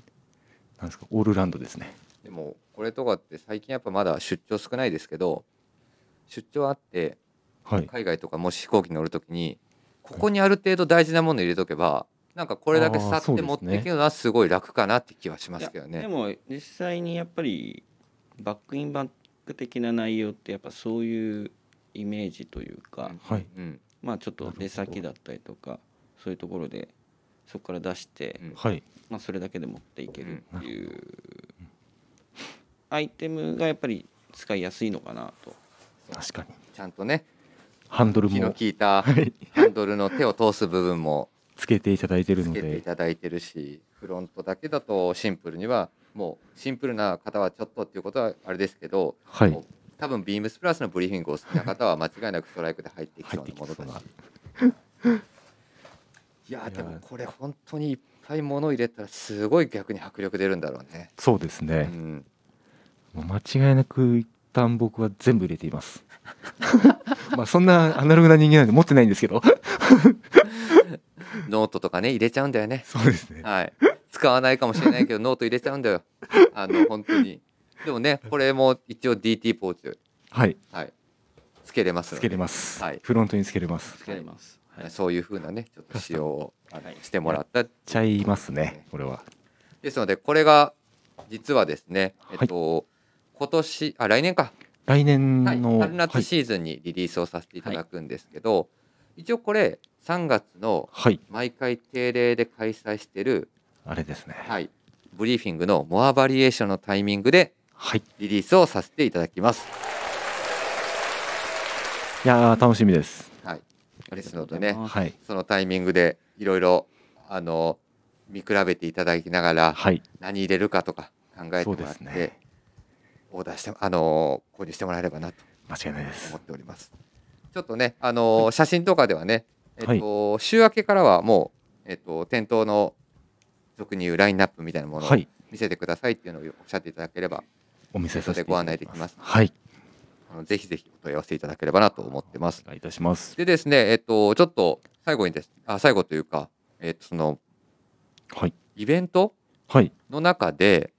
S2: なんですかオールラウンドですね
S1: でもこれとかって最近やっぱまだ出張少ないですけど出張あって
S2: はい
S1: 海外とかもし飛行機乗るときにここにある程度大事なもの入れとけばなんかこれだけさ
S2: あーそう
S1: って
S2: ですね
S1: 持っていけるのはすごい楽かなって気はしますけど
S3: いや
S1: ね。
S3: でも実際にやっぱりバックインバック的な内容ってやっぱそういうイメージというか、
S2: はい
S1: うん、
S3: まあちょっと
S2: なるほど
S3: 出先だったりとかそういうところでそこから出して、
S1: うん
S2: はい
S3: まあ、それだけで持っていけるっていうアイテムがやっぱり使いやすいのかなと。
S2: 確かに
S1: ちゃんとね
S2: ハンドル
S1: 気の
S2: も
S1: 利いたハ
S2: はい
S1: ンドルの手を通す部分も
S2: つけていただいてる
S1: つ
S2: の
S1: けてい
S2: で
S1: ただいてるしフロントだけだとシンプルにはもうシンプルな方はちょっとっていうことはあれですけど、
S2: はい
S1: もう多分ビームスプラスのブリーフィングを好きな方は間違いなくストライクで入ってきそうなものだ
S2: 入っ
S1: し。 いやー
S2: いやー
S1: でもこれ本当にいっぱい物入れたらすごい逆に迫力出るんだろうね。
S2: そうです
S1: う
S2: ね、
S1: ん、
S2: もう間違いなく一旦僕は全部入れています まあそんなアナログな人間なんで持ってないんで すけど
S1: ノートとかね入れちゃうんだよね。
S2: そうですね
S1: はい。使わないかもしれないけどノート入れちゃうんだ よ。あの本当に。でもねこれも一応 DT ポーチ
S2: はい
S1: はいつけれます
S2: つ
S1: の
S2: け
S1: で。
S2: れます、
S1: はい
S2: フロントにつけれます
S3: つけます。はい
S1: そういう風なねちょっと使用をあの
S3: はい
S1: してもらった
S2: ちゃいますねこれは
S1: ですのでこれが実はですね、
S2: はい
S1: えっと今年あ来年か、
S2: 来年
S1: はい、
S2: の、
S1: 春
S2: は
S1: 夏
S2: い、
S1: シーズンにリリースをさせていただくんですけど、一応これ3月の
S2: はい、
S1: 毎回定例で開催してる、
S2: あれですね
S1: はい、ブリーフィングのモアバリエーションのタイミングで
S2: はい
S1: リリースをさせていただきます。
S2: いやー楽しみです
S1: はい、ですので
S3: ありが
S1: ね
S3: とうございます
S2: はい
S1: そのタイミングでいろいろあの見比べていただきながら
S2: はい
S1: 何入れるかとか考えて
S2: そう
S1: も
S2: で
S1: らっ
S2: す
S1: て、
S2: ね
S1: オーダーしてあの購入してもらえればなと。
S2: 間違いないです
S1: 思っております。ちょっとね、あのー写真とかではね、えっと
S2: はい
S1: 週明けからはもう、えっと店頭の俗に言うラインナップみたいなものを
S2: はい
S1: 見せてくださいっていうのをおっしゃっていただければ、
S2: お見せさせていただき
S1: ご案内できます
S2: はい
S1: あのぜひぜひお問い合わせいただければなと思ってます
S2: お。願いいたします
S1: でですね、えっとちょっと最後にです、あ最後というか、えっとその
S2: はい
S1: イベント
S2: はい
S1: の中で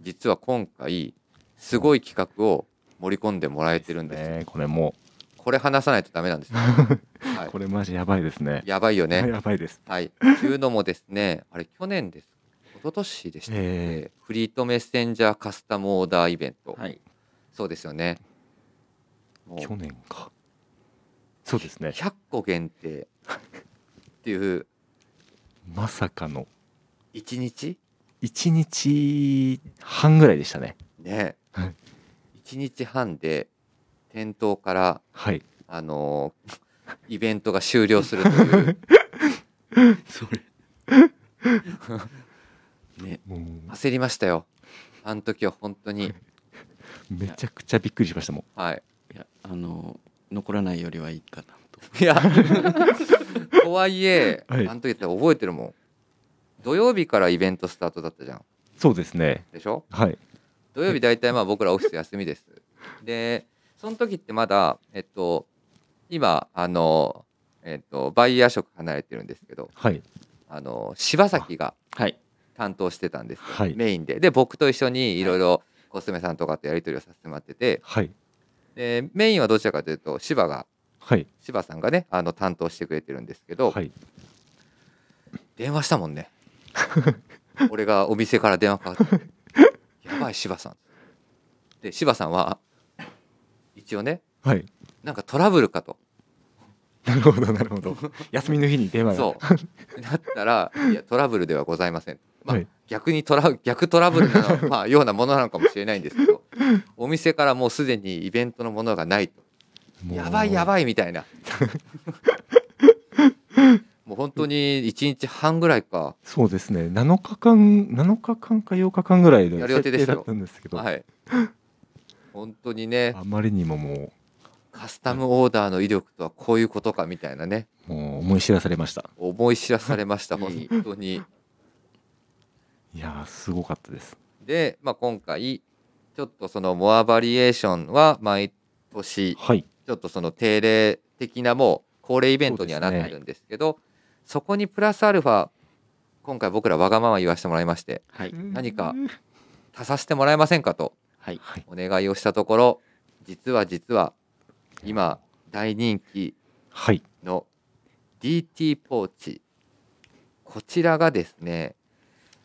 S1: 実は今回すごい企画を盛り込んでもらえてるんですよ。
S2: ねこれも
S1: これ話さないとダメなんです よ。はい
S2: これマジやばいですね
S1: やばいよね。
S2: やばいです
S1: はい、というのもですね、あれ、去年です、一昨年でしたね、
S2: え
S1: フリートメッセンジャーカスタムオーダーイベント、
S3: はい。
S1: そうですよね、も
S2: 去
S1: う
S2: 年かそうですね
S1: 100個限定っていう、
S2: まさかの
S1: 1日
S2: 1日半ぐらいでしたね
S1: ね、
S2: はい
S1: 1日半で店頭から、
S2: はい
S1: あのーイベントが終了すると いう、
S3: それ。ね。
S2: もう
S1: 焦りましたよ、あの時は本当に、
S2: めちゃくちゃびっくりしましたもん
S1: はい、
S3: いや、あの、残らないよりはいいかなと。
S1: いや とはいえ、
S2: はい
S1: あの時って覚えてるもん土曜日からイベントスタートだったじゃん
S2: そうですね
S1: でしょ
S2: はい
S1: 土曜日大体まあ僕らオフィス休みですでその時ってまだえっと今あのえっとバイヤー職離れてるんですけど
S2: はい
S1: あの柴崎が
S3: はい。
S1: 担当してたんですよ、
S2: はい
S1: メインでで僕と一緒にいろいろコスメさんとかとやり取りをさせてもらってて
S2: はい
S1: でメインはどちらかというと柴が
S2: はい
S1: 柴さんがねあの担当してくれてるんですけど、
S2: はい
S1: 電話したもんね俺がお店から電話かかって「やばい柴さん」で柴さんは一応ね
S2: はい
S1: なんかトラブルかと
S2: なるほどなるほ ど休みの日に電話が
S1: そうだったら「いやトラブルではございません」まあ、
S2: はい
S1: 逆にトラ逆トラブルなの、まあ、ようなものなのかもしれないんですけどお店からもうすでにイベントのものがないと「やばいや
S2: い
S1: ばい」みたいなもう本当に1日半ぐらいか
S2: そうですね7日間7日間か8日間ぐらいの
S1: やる予定ですよ
S2: だったんですけど、
S1: はい本当にね
S2: あまりにもも
S1: カスタムオーダーの威力とはこういうことかみたいなね
S2: うもう思い知らされました
S1: 思い知らされました
S3: は
S1: 本
S3: い
S1: 当に。
S2: いやーすごかったです
S1: で、まあ、今回ちょっとそのモアバリエーションは毎年
S2: はい
S1: ちょっとその定例的なもう恒例イベントにはな
S2: そうですね
S1: ってるんですけどそこにプラスアルファ今回僕らわがまま言わせてもらいまして
S3: はい。
S1: 何か足させてもらえませんかと
S3: はい。
S1: お願いをしたところ実は実は今大人気
S2: はい
S1: の DT ポーチこちらがですね、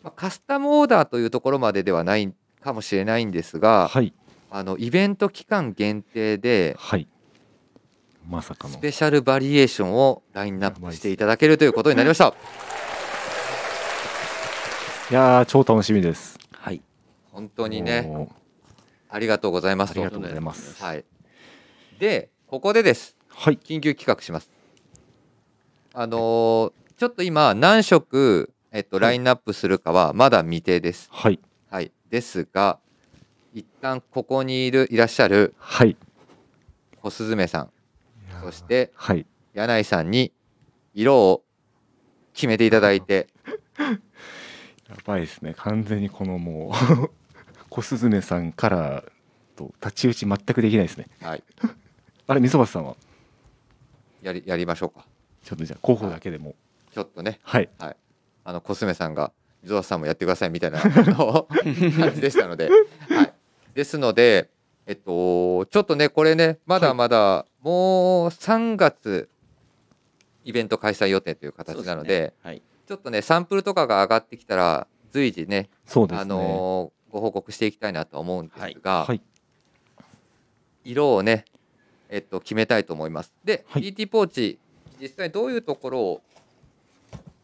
S1: まあ、カスタムオーダーというところまでではないかもしれないんですが、
S2: はい
S1: あのイベント期間限定で
S2: はいまさか
S1: ス
S2: の
S1: ペシャルバリエーションをラインナップしていただけるということになりました
S2: いやー超楽しみです
S3: はい。
S1: 本当にね
S2: も
S1: ありがとうございます
S2: ありがとうございます
S3: はい。
S1: はい、でここでです
S2: うはい
S1: 緊急企画しますあのーちょっと今何色、えっと、ラインナップするかはまだ未定です
S2: はい
S1: はい、ですが、一旦ここにいるいらっしゃる
S2: はい
S1: 小雀さんそして
S2: はい
S1: 柳井さんに色を決めていただいて
S2: やばいですね完全にこのもう 小雀さんからと太刀打ち全くできないですね
S1: はい
S2: あれ溝端さんは
S1: やりやりましょうか
S2: ちょっとじゃあ候補だけでも
S1: ちょっとね
S2: はい
S1: あのコスメさんがゾウさんもやってくださいみたいなあの感じでしたので、はい、ですので、えっと、ちょっとねこれねまだまだ、もう3月イベント開催予定という形なので
S3: そうすね
S1: ちょっとねサンプルとかが上がってきたら随時ね
S2: そうですね
S1: あのーご報告していきたいなと思うんですが、
S2: はい
S1: 色をね、えっと、決めたいと思います。で、
S2: はい
S1: DT ポーチ実際どういうところを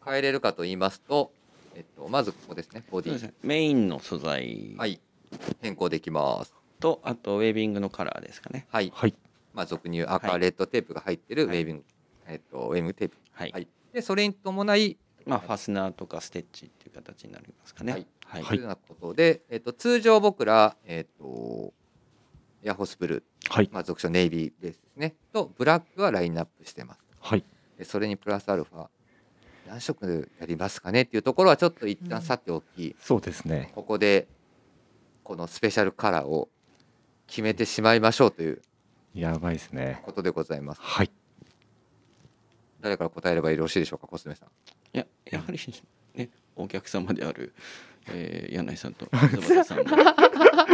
S1: 変えれるかと言いますと、えっと、まずここですねボ
S3: そ
S1: デ
S3: うです
S1: ィ
S3: ねメインの素材
S1: はい変更できます。
S3: と、あとウェービングのカラーですかね
S1: はい、
S2: はい
S1: まあ、俗に言う赤、
S3: はい
S1: レッドテープが入ってるウ
S3: は
S1: ェ
S3: い
S1: ービング、えっと、ウェービングテープ、
S3: はい、
S1: はい、でそれに伴い
S3: まあファスナーとかステッチっていう形になりますかね
S1: はい
S3: はい、
S1: というようなことで、えっと、通常僕ら、えっと、エアホースブルー
S2: はい
S1: まあ、俗称ネイビーベースですねとブラックはラインナップしてます
S2: はい
S1: でそれにプラスアルファ何色やりますかねっていうところはちょっと一旦さておき、
S2: そうですね
S1: ここでこのスペシャルカラーを決めてしまいましょうという
S2: やばいですね
S1: ことでございます
S2: はい
S1: 誰から答えればよろしいでしょうかコスメさん
S3: いややはりねお客様である、えー、柳井さ んと溝端さんに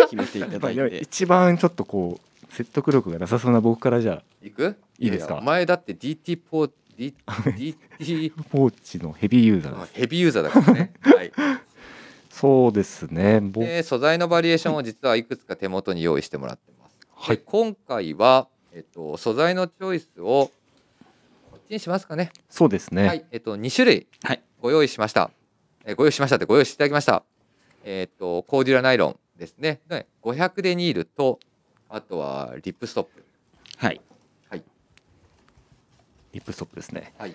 S3: 決めてい
S2: や
S3: た
S2: っぱ
S3: だい
S2: り
S3: て
S2: 一番ちょっとこう説得力がなさそうな僕からじゃあ
S1: いく
S2: いいですか
S1: ややお前だって DT ポー D- DT
S2: ポーチのヘビーユーザーです
S1: ヘビーユーザーだからね、はい、
S2: そうですね僕
S1: で素材のバリエーションを実はいくつか手元に用意してもらってます。
S2: はい
S1: で今回は、えっと、素材のチョイスをこっちにしますかね。
S2: そうですね
S1: はい、えっと、2種類
S3: はい
S1: ご用意しました。えーご用意しましたってご用意していただきました。えっと、コーデュラナイロンですね。で500デニールと、あとはリップストップ。
S3: はい
S2: リップストップですね、
S1: はい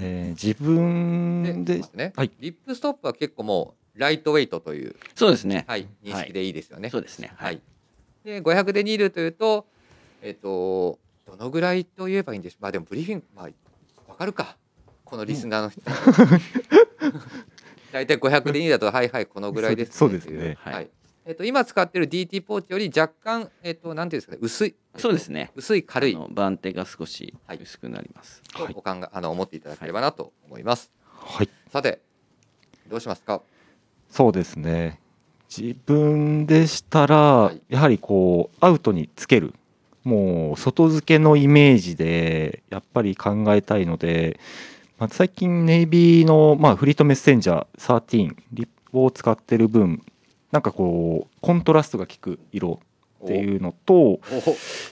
S2: えー自分
S1: ちょっと
S2: で
S1: 待ってね
S2: はい
S1: リップストップは結構もうライトウェイトという、
S3: そうですね、
S1: はい、認識でいいですよね。
S3: そうですね
S1: はい。で500デニールというと、えっと、どのぐらいと言えばいいんでしょう。まあでもブリーフィング、まあ、わかるか。このリスナー の人。大体500デニールだと、はいはい、このぐらいです、
S2: そうですね
S1: といは。
S3: はいい
S1: えっと、今使ってる DT ポーチより若干、えっと、なんていうんですかね、薄い。
S3: そうですね
S1: 薄い軽い
S3: あの番手が少し
S1: はい
S3: 薄くなります、
S1: と
S2: はい
S1: お考え、あの、思っていただければなと思います。
S2: はい
S1: さて、どうしますか。
S2: そうですね自分でしたら、
S1: い
S2: やはりこうアウトにつけるもう外付けのイメージでやっぱり考えたいので、まあ、最近ネイビーの、まあ、フリートメッセンジャー13リップを使ってる分なんかこうコントラストが効く色っていうのと
S1: お。お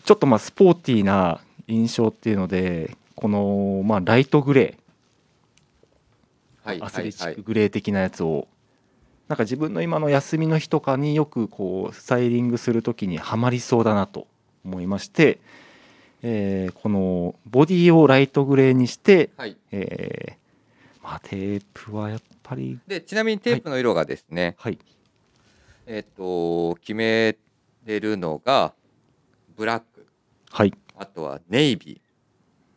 S2: ちょっとまあスポーティーな印象っていうのでこのまあライトグレー
S1: はい、
S2: ア
S1: は
S2: ス
S1: い、
S2: レチ
S1: は
S2: ック
S1: い。
S2: グレー的なやつをなんか自分の今の休みの日とかによくこうスタイリングする時にはまりそうだなと思いまして、えーこのボディをライトグレーにして、
S1: はい。
S2: えーまあ、テープはやっぱり
S1: で、ちなみにテープの色がですね。
S2: はい
S1: えっと決めれるのがブラック
S2: はい
S1: あとはネイビ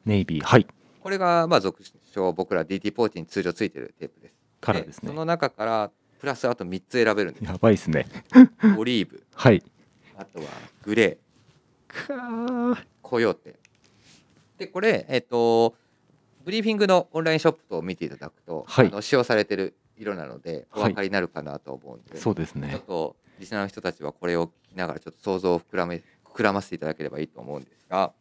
S2: ネイビーはい
S1: ーこれがまあ俗称僕ら DT ポーチに通常ついてるテープです
S2: カラーですね
S1: その中からプラスあと3つ選べるんで
S2: やばいですね
S1: すオリーブ
S2: はい
S1: あとはグレー
S2: かー
S1: コヨーテでこれえっとブリーフィングのオンラインショップを見ていただくと、
S2: はい
S1: あの使用されてる色なのでお分かりになるかなと思うんで、
S2: そうです
S1: ちょっ
S2: ね
S1: とリスナーの人たちはこれを聞きながらちょっと想像を膨らめ膨らませていただければいいと思うんですが、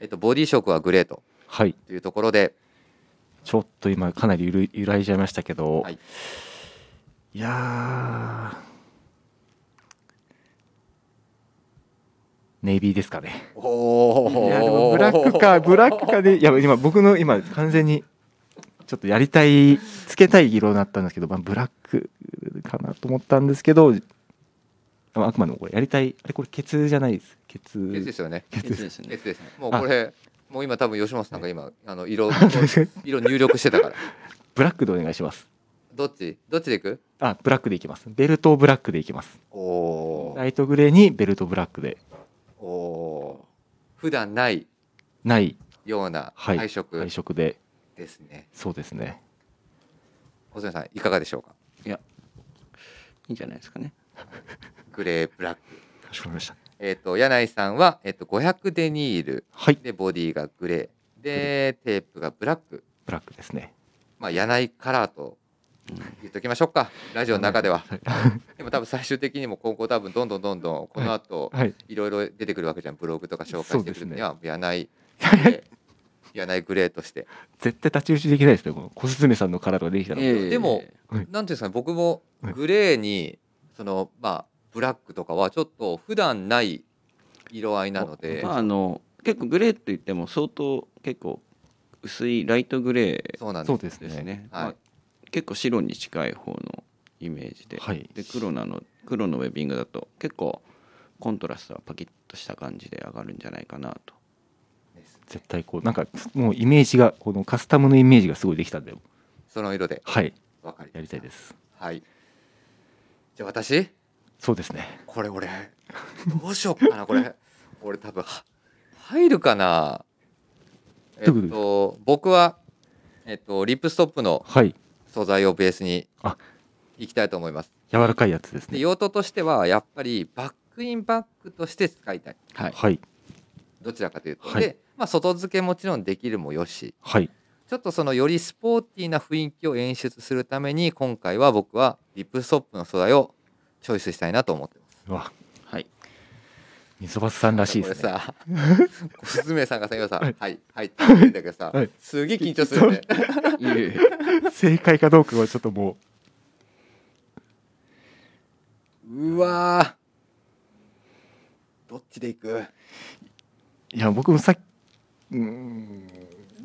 S1: えっと、ボディ色はグレート
S2: はい
S1: というところで
S2: ちょっと今かなり揺る揺らいじゃいましたけど、
S1: はい
S2: い、やーネイビーですかね。
S1: お
S2: いやでもブラックかブラックかでいや今僕の今完全にちょっとやりたいつけたい色になったんですけど、まあ、ブラックかなと思ったんですけどああくまでもこれやりたいあれこれケツじゃないですケツ
S1: ケツですよね
S3: いいです
S1: ケ
S3: ね
S1: ツですねもうこれもう今多分吉本さんが今あの色色入力してたから
S2: ブラックでお願いします
S1: どっちどっちでいく
S2: あブラックでいきますベルトをブラックでいきます
S1: おお
S2: ライトグレーにベルトブラックで
S1: おお普段ない
S2: ない
S1: ような
S2: はい
S1: 配色
S2: 配色で
S1: ですね、
S2: そうですね
S1: 細野さんいかがでしょうか
S3: いんじゃないですかね。
S1: グレーブラック
S2: かしこまりました
S1: えっ、と柳井さんは、えっと500デニール
S2: はい
S1: でボディがグレーでテープがブラック
S2: ブラックですね
S1: まあ柳井カラーと言っときましょうかラジオの中では
S2: はい
S1: でも多分最終的にも今後多分どんどんどんどんこの後、
S2: はい
S1: いろいろ出てくるわけじゃんブログとか紹介してくるには柳 井柳井グレーとして
S2: 絶対太刀打ちできないですねこの小雀さんのカラーとかできたら、
S1: えでも
S2: は
S1: なん
S2: い
S1: ていうんですかね僕も
S2: はい
S1: グレーにそのまあブラックとかはちょっと普段ない色合いなので、
S3: まああの結構グレーと言っても相当結構薄いライトグレ
S1: そうなん
S2: そう
S1: です
S2: です
S3: ーで
S2: ね
S3: すね。
S1: はい
S3: まあ、結構白に近い方のイメージで、
S2: はい
S3: で黒なの黒のウェビングだと結構コントラストはパキッとした感じで上がるんじゃないかなと。
S1: です
S2: 絶対こうなんかもうイメージがこのカスタムのイメージがすごいできたんで
S1: その色で
S2: はい
S1: わかり
S2: やりたいですす
S1: はいじゃあ私
S2: そうですね
S1: これ俺どうしよっかなこれ俺多分は入るかなえ
S2: どういうこと
S1: っと僕はえっとリップストップの
S2: はい
S1: 素材をベースに
S2: あ
S1: いきたいと思います
S2: 柔らかいやつです
S1: で
S2: ね
S1: 用途としてはやっぱりバックインバックとして使いたい
S3: はい。
S2: はい
S1: どちらかというと、
S2: はい
S1: で、まあ、外付けもちろんできるもよし
S2: はい
S1: ちょっとそのよりスポーティーな雰囲気を演出するために今回は僕はリップストップの素材をチョイスしたいなと思ってます。
S2: うわ
S3: はい。
S2: 溝端さんらしいです
S1: こ
S2: ね
S1: れさ、小 雀さんがさ今さ、はいはいって言ってたけどさ
S2: はい、
S1: すげえ緊張するね。
S3: いえいえ
S2: 正解かどうかはちょっとも
S1: うわー、どっちでいく？
S2: ういや僕もさっきうーん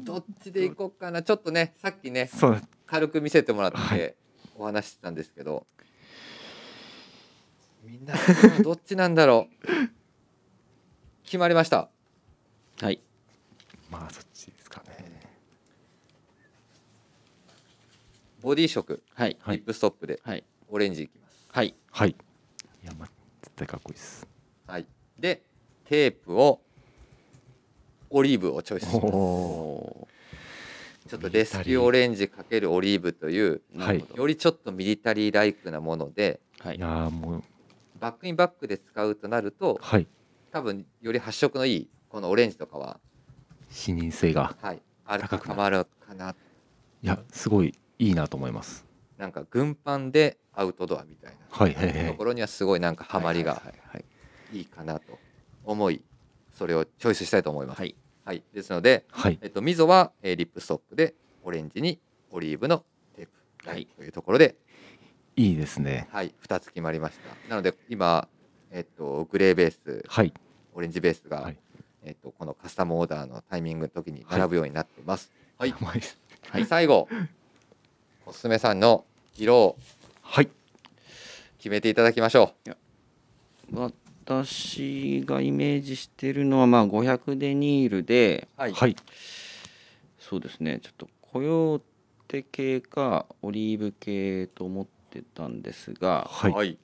S1: どっちでいこうかな。ちょっとね、さっきね
S2: そうです
S1: 軽く見せてもらっ
S2: は
S1: てお話ししてたんですけど、みんなさどっちなんだろう。 決まりました。
S3: はい。
S2: まあそっちですかね
S1: ボディ色、
S3: はい。
S2: はい
S1: リップストップで
S3: はい。
S1: オレンジいきます。
S3: はい。
S2: はいいやまあ絶対かっこいいです
S1: はい、でテープをオリーブをチョイスします
S2: お
S1: ちょっとレスキューオレンジかけるオリーブという
S3: なるほど
S1: よりちょっとミリタリーライクなもので
S3: はいい。
S2: やーもう
S1: バックインバックで使うとなると
S2: はい
S1: 多分より発色のいいこのオレンジとかは、
S2: 視認性が
S1: はい、ある
S2: 高くな
S1: 高
S2: る
S1: まるかない
S2: やすごいいいなと思います
S1: なんか軍パンでアウトドアみたい
S2: はいはい
S1: な
S2: は
S1: と
S2: い
S1: ころにはすごいなんかハマりが
S3: はいはい
S1: いいかなと思いそれをチョイスしたいと思います。
S3: は
S1: はい
S3: い。
S1: ですので
S2: はい
S1: えっと、溝は、えーリップストップでオレンジにオリーブのテープ
S3: はい
S1: というところで、
S2: いいですね
S1: はい、2つ決まりましたなので今、えっと、グレーベース
S2: はい
S1: オレンジベースが、
S2: はい
S1: えっと、このカスタムオーダーのタイミングの時に並ぶようになってます、はい
S2: やばいです
S1: で最後おすすめさんの色を
S2: はい
S1: 決めていただきましょ
S3: はい。私がイメージしてるのはまあ500デニールで、
S1: うはい、
S2: はい
S3: そうですねちょっとコヨーテ系かオリーブ系と思ってたんですが、
S2: はい
S1: はい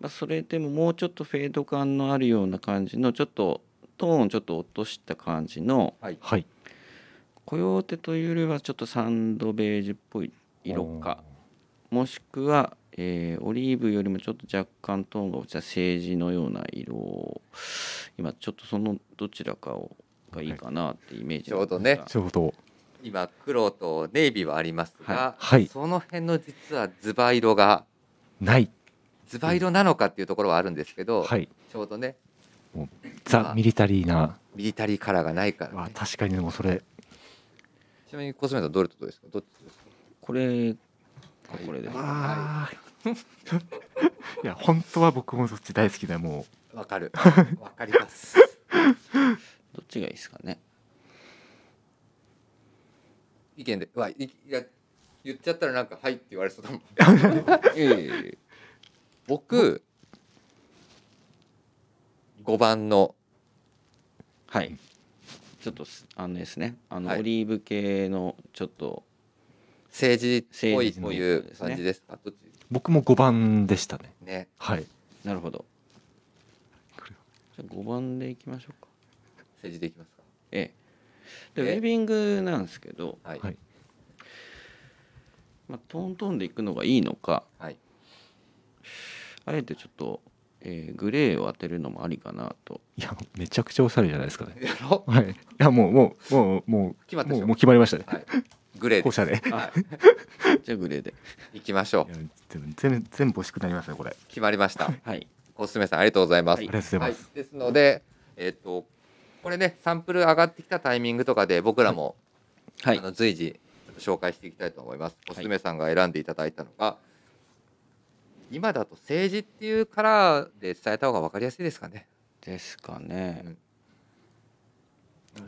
S3: まあ、それでももうちょっとフェード感のあるような感じのちょっとトーンをちょっと落とした感じの
S2: はい
S3: コヨーテというよりはちょっとサンドベージュっぽい色かもしくは、えーオリーブよりもちょっと若干トーンが落ちたセージのような色を今ちょっとそのどちらかをがいいかなってイメージなん
S1: はい
S3: ですが、
S1: ちょうどね
S2: ちょうど
S1: 今黒とネイビーはありますが、
S2: はいはい
S1: その辺の実はズバ色が
S2: ない
S1: ズバ色なのかっていうところはあるんですけど、
S2: はい
S1: ちょうどね
S2: ザ・ミリタリーな
S1: ミリタリーカラーがないから、
S2: わ
S1: ね、
S2: 確かにでもそれ
S1: ちなみにコスメさんどれとどれですかどっちですか
S3: これこれですね
S2: あ ーいや本当は僕もそっち大好きだも
S1: わかる わかります
S3: どっちがいいですかね。
S1: 意見でうわいいや言っちゃったらなんか 「はい」って言われそうだもん
S3: え
S1: 僕5番の
S3: はい。ちょっとすあのですね、あの、
S1: はい
S3: オリーブ系のちょっと
S1: 政治っぽい
S3: 政治
S1: という
S3: っぽいですね
S1: 感じです。あどっち
S2: 僕も5番でしたね
S1: ね。
S2: はい
S3: なるほど
S2: これ
S3: じゃあ5番でいきましょうか
S1: 政治でいきますか。
S3: ええで
S1: え
S3: ウェービングなんですけど、
S1: はい。
S2: はい
S3: まあ、トントンでいくのがいいのか
S1: はい。
S3: あえてちょっと、えーグレーを当てるのもありかなと
S2: いやめちゃくちゃおしゃれじゃないですかね
S1: やろう。
S2: はいいやもうもうもうもう
S1: 決まったで
S2: も
S1: し
S2: う
S1: ょ
S2: もう決まりましたね
S1: はい。グレー
S2: お
S1: で
S2: しゃれい
S3: あ じゃあグレーで
S1: 行きましょう
S2: や。でも全部全部欲しくなりますねこれ
S1: 決まりました。
S3: はい
S1: コスメさんありがとうございます。
S3: はい
S2: ありがとうございます、
S1: はい、ですので、えっとこれねサンプル上がってきたタイミングとかで僕らも、
S3: はい
S1: あの随時紹介していきたいと思います。おすすめさんが選んでいただいたのが、今だと政治っていうカラーで伝えた方が分かりやすいですかね。
S3: ですかね、
S1: うん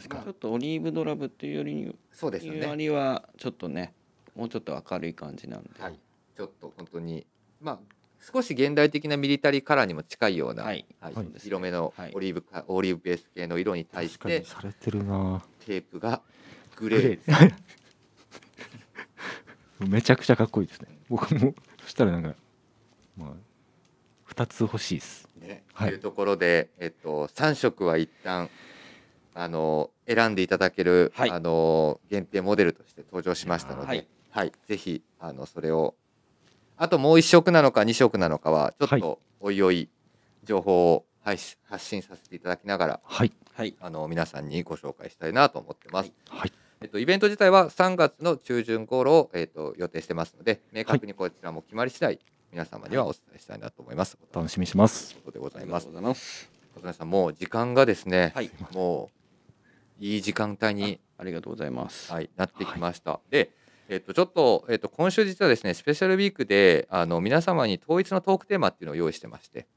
S2: 確
S3: まあちょっとオリーブドラブっていうよりに
S1: そうですよ
S3: いう
S1: ね。
S3: 割はちょっとねもうちょっと明るい感じなんでは
S1: はい、ちょっと本当にまあ少し現代的なミリタリーカラーにも近いような、
S3: はい
S2: はい
S1: 色目の
S3: はい
S1: オリーブか、オリーブベース系の色に対し
S2: 確かに
S1: て
S2: されてるな
S1: テープがグ
S2: グ
S1: レー。
S2: レーめちゃくちゃかっこいいですね僕もそしたらなんかまあ2つ欲しいです
S1: ね、
S2: はい
S1: というところで、えっと、3色は一旦あの選んでいただける、
S3: はい
S1: あの限定モデルとして登場しましたので、は
S3: はいい
S1: ぜひあのそれをあともう1色なのか2色なのかはちょっ
S2: はい
S1: とおいおい情報を配信発信させていただきながら
S2: はい
S3: はい
S1: あの皆さんにご紹介したいなと思ってます。
S3: はい
S2: はい
S1: えっと、イベント自体は3月の中旬頃を、えっと、予定してますので明確にこちらも決まり次第皆様にはお伝えしたいなと思います。
S2: お楽しみにします
S1: ということでござ
S3: あ
S1: い
S3: り
S1: ま
S3: が
S1: す
S3: とう。ございます
S1: 小宮さんもう時間がですね、
S3: はい
S1: もういい時間帯に、
S3: ありがとうございます
S1: はい、なってきました。で、えっとちょっとえっと今週実はですねスペシャルウィークであの皆様に統一のトークテーマっていうのを用意してまして、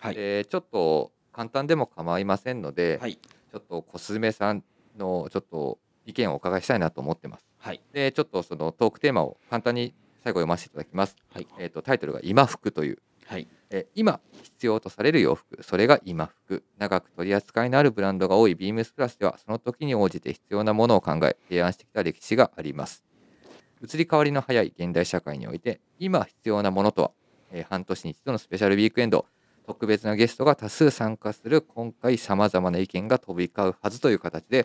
S3: はい
S1: でちょっと簡単でも構いませんので、
S3: はい
S1: ちょっと小菅さんのちょっと意見をお伺いしたいなと思ってます。
S3: はい
S1: で、ちょっとそのトークテーマを簡単に最後読ませていただきます。
S3: はい
S1: えっとタイトルが今服という。
S3: はい
S1: えー今必要とされる洋服それが今服長く取り扱いのあるブランドが多いビームスプラスではその時に応じて必要なものを考え提案してきた歴史があります移り変わりの早い現代社会において今必要なものとは、えー半年に一度のスペシャルウィークエンド特別なゲストが多数参加する今回さまざまな意見が飛び交うはずという形で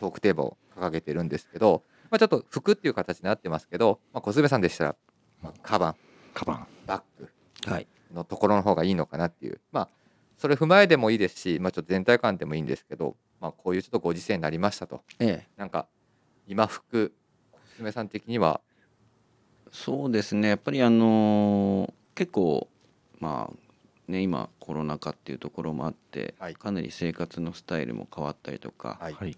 S1: トークテーマを掲げてるんですけど、まあ、ちょっと服っていう形になってますけど、まあ、小杉さんでしたら、まあ、カバン
S2: カバン
S1: バッグ
S3: はい
S1: のところの方がいいのかなっていうまあそれ踏まえでもいいですし、まあ、ちょっと全体感でもいいんですけど、まあ、こういうちょっとご時世になりましたと
S3: ええ
S1: なんか今服娘さん的には
S3: そうですねやっぱりあのー結構まあね今コロナ禍っていうところもあって、
S1: はい
S3: かなり生活のスタイルも変わったりとか、
S1: はい
S2: はい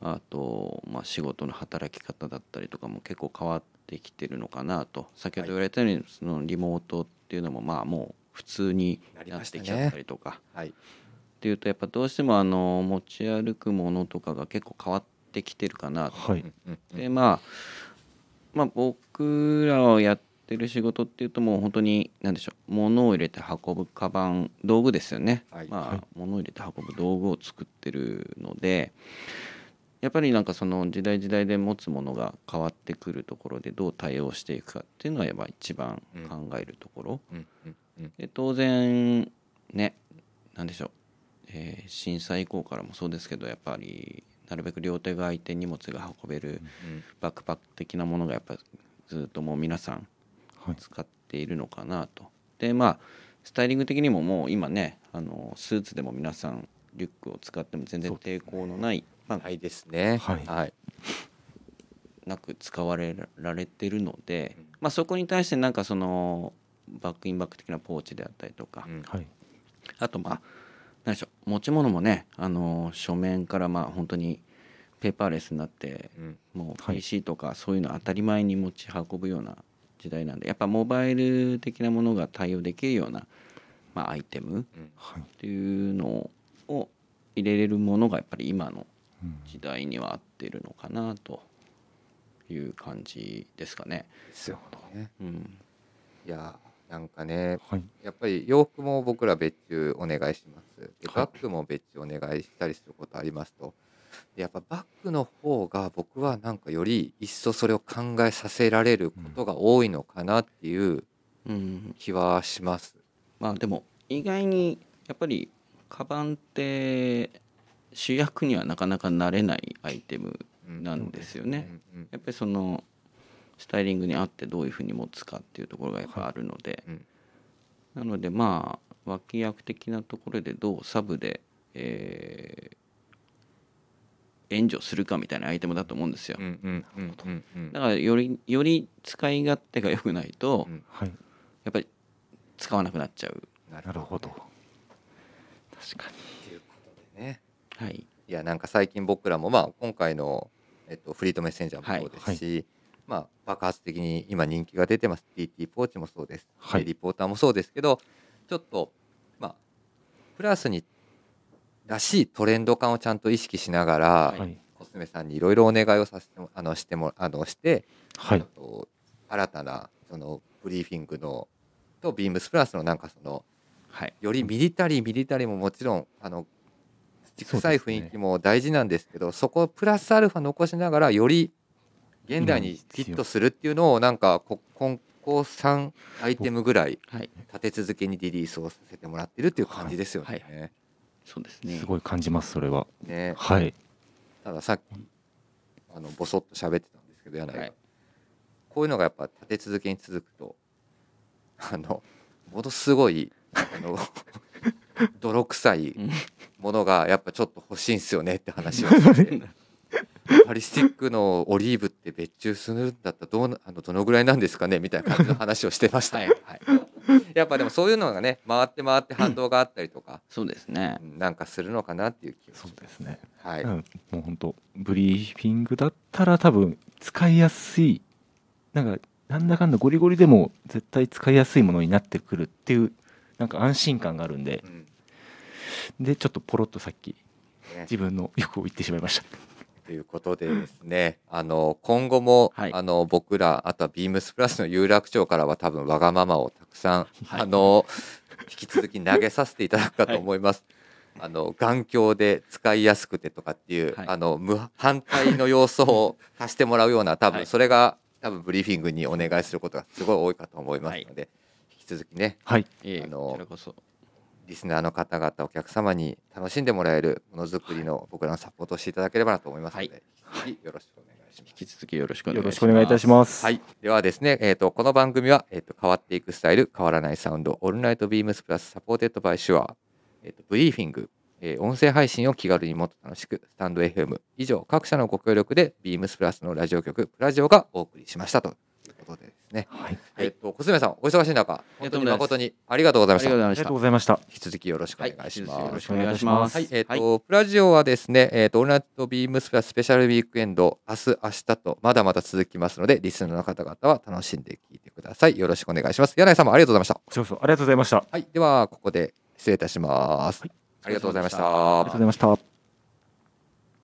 S3: あと、まあ、仕事の働き方だったりとかも結構変わってきてるのかなと先ほど言われたように、そのリモートっていうのもまあもう普通になってきちゃったりとか、
S1: はい
S3: っていうとやっぱどうしてもあの持ち歩くものとかが結構変わってきてるかなと
S2: は
S1: う
S2: い
S1: んうんうん
S3: でまあまあ僕らをやってる仕事っていうともう本当に何でしょう物を入れて運ぶカバン道具ですよね、
S1: はい
S3: まあ、
S2: はい
S3: 物を入れて運ぶ道具を作ってるのでやっぱりなんかその時代時代で持つものが変わってくるところでどう対応していくかっていうのはやっぱ一番考えるところ、
S1: うんうんうん
S3: で当然ね何でしょう、えー震災以降からもそうですけどやっぱりなるべく両手が空いて荷物が運べる
S1: うん
S3: バックパック的なものがやっぱずっともう皆さん
S2: はい
S3: 使っているのかなと。でまあスタイリング的にももう今ねあのスーツでも皆さんリュックを使っても全然
S2: そうで
S3: 抵抗のない、まあ
S1: ないですね
S2: はい
S1: はい
S3: なく使われられてるので
S1: うん、
S3: まあ、そこに対してなんかそのバックインバック的なポーチであったりとか、
S1: うん
S2: はい
S3: あとまあ何でしょう持ち物もねあの書面からまあ本当にペーパーレスになって
S1: うん
S3: もう
S2: はい
S3: PC とかそういうの当たり前に持ち運ぶような時代なんでやっぱモバイル的なものが対応できるような、まあ、アイテムっ
S1: うん
S2: はい
S3: ていうのを入れれるものがやっぱり今の
S2: うん
S3: 時代には合ってるのかなという感じですかね。
S1: ですよね
S3: うん、
S1: いやーなんかね
S2: はい
S1: やっぱり洋服も僕ら別注お願いしますで
S2: はい
S1: バッグも別注お願いしたりすることありますとでやっぱバッグの方が僕はなんかより一層それを考えさせられることが多いのかなっていう
S3: うん、
S1: 気はします。
S3: まあでも意外にやっぱりカバンって主役にはなかなかなれないアイテムなんですよね。
S1: うん
S3: やっぱりそのスタイリングに合ってどういうふうに持つかっていうところがやっぱあるので、
S1: うん
S3: なのでまあ脇役的なところでどうサブで、えー援助するかみたいなアイテムだと思うんですよ。
S1: うんうんうんうんうん
S3: だからよりより使い勝手が良くないと、
S1: うん
S2: はい
S3: やっぱり使わなくなっちゃう。
S2: なるほど
S1: っ
S2: 確かに
S1: ていうことでね。
S3: はい。
S1: いやなんか最近僕らもまあ今回の、えっと、フリートメッセンジャーもそうですし、まあ、爆発的に今人気が出てます TT ポーチもそうです、
S2: はい
S1: でリポーターもそうですけどちょっとまあプラスにらしいトレンド感をちゃんと意識しながら、
S2: はい
S1: コスメさんにいろいろお願いをさせてもあのしてもあのして、
S2: は
S1: ちょ
S2: い
S1: っと新たなそのブリーフィングのとビームスプラスのなんかその
S3: はい。
S1: よりミリタリーミリタリーももちろんあの土臭い雰囲気も大事なんですけどそこをプラスアルファ残しながらより現代にフィットするっていうのをなんかこ今後3アイテムぐらい
S3: はい。
S1: 立て続けにリリースをさせてもらってるっていう感じですよね。
S3: はいそうですね。
S2: すごい感じますそれは
S1: ね
S2: はい
S1: たださっきあのボソッと喋ってたんですけど柳井が、
S3: はい
S1: こういうのがやっぱ立て続けに続くとあのものすごいあの 泥臭い
S3: うん
S1: ものがやっぱちょっと欲しいんすよねって話をして てパリスティックのオリーブって別注するんだったらどうなあのどのぐらいなんですかねみたいな感じの話をしてました、
S3: は
S1: はいい、やっぱでもそういうのがね回って回って反動があったりとか、
S3: そうですね。
S1: なんかするのかなっていう気がし
S2: そう
S1: ます
S2: ですね
S1: はい、
S2: うんもう本当ブリーフィングだったら多分使いやすいなんかなんだかんだゴリゴリでも絶対使いやすいものになってくるっていうなんか安心感があるんで
S1: うん
S2: でちょっとポロッとさっき
S1: ね
S2: 自分の欲を言ってしまいました
S1: ということでですね、あの今後も、
S3: はい
S1: あの僕らあとはビームスプラスの有楽町からは多分わがままをたくさん、
S3: はい
S1: あの引き続き投げさせていただくかと思います。あの眼鏡で使いやすくてとかっていう、
S3: はい
S1: あの無反対の要素を足してもらうような多
S3: はい
S1: 分それが多分ブリーフィングにお願いすることがすごい多いかと思いますので、引き続きね
S2: はい
S3: ええ
S1: あの
S3: こちらこそ。
S1: リスナーの方々お客様に楽しんでもらえるものづくりの僕らのサポートをしていただければなと思いますので、引き続きよろしくお願いします。
S3: 引き続きよろしくお願
S2: よろ
S3: いします。
S2: しくお願いいたします
S1: はい、ではですね、えー、とこの番組は、えー、と変わっていくスタイル変わらないサウンド「オールナイトビームスプラスサポーテッドバイシュア」えーとブリーフィング、えー音声配信を気軽にもっと楽しくスタンド FM 以上各社のご協力でビームスプラスのラジオ局プラジオがお送りしましたということでですね、
S2: はい
S3: はい
S1: えっ、と小爪さんお忙しい中
S3: い
S1: 本
S3: やと
S1: 当に
S3: んでもないです
S1: 誠にありがとうござい
S3: あ
S1: ま
S3: り
S1: し
S3: が
S1: た
S3: とうござい
S2: あ
S3: ま
S2: り
S3: し
S2: が
S3: た
S2: とう。ございました
S1: 引き続きよろしくお願いします、
S3: はい引き続きよろしくお
S2: お
S3: 願
S2: 願
S3: い
S2: い
S3: し
S2: し
S3: ま。
S2: ますす
S1: はい、えっ、と、プラジオはですね、えっ、と、オールナイトビームスプラススペシャルウィークエンド、明日、明日と、まだまだ続きますので、リスナーの方々は楽しんで聞いてください。よろしくお願いします。柳井様、ありがとうございました。
S2: こちらこそありがとうございましたあり
S1: はい、では、ここで失礼いたします。ありがとうございまし
S3: ありがとうございました
S2: がとうございました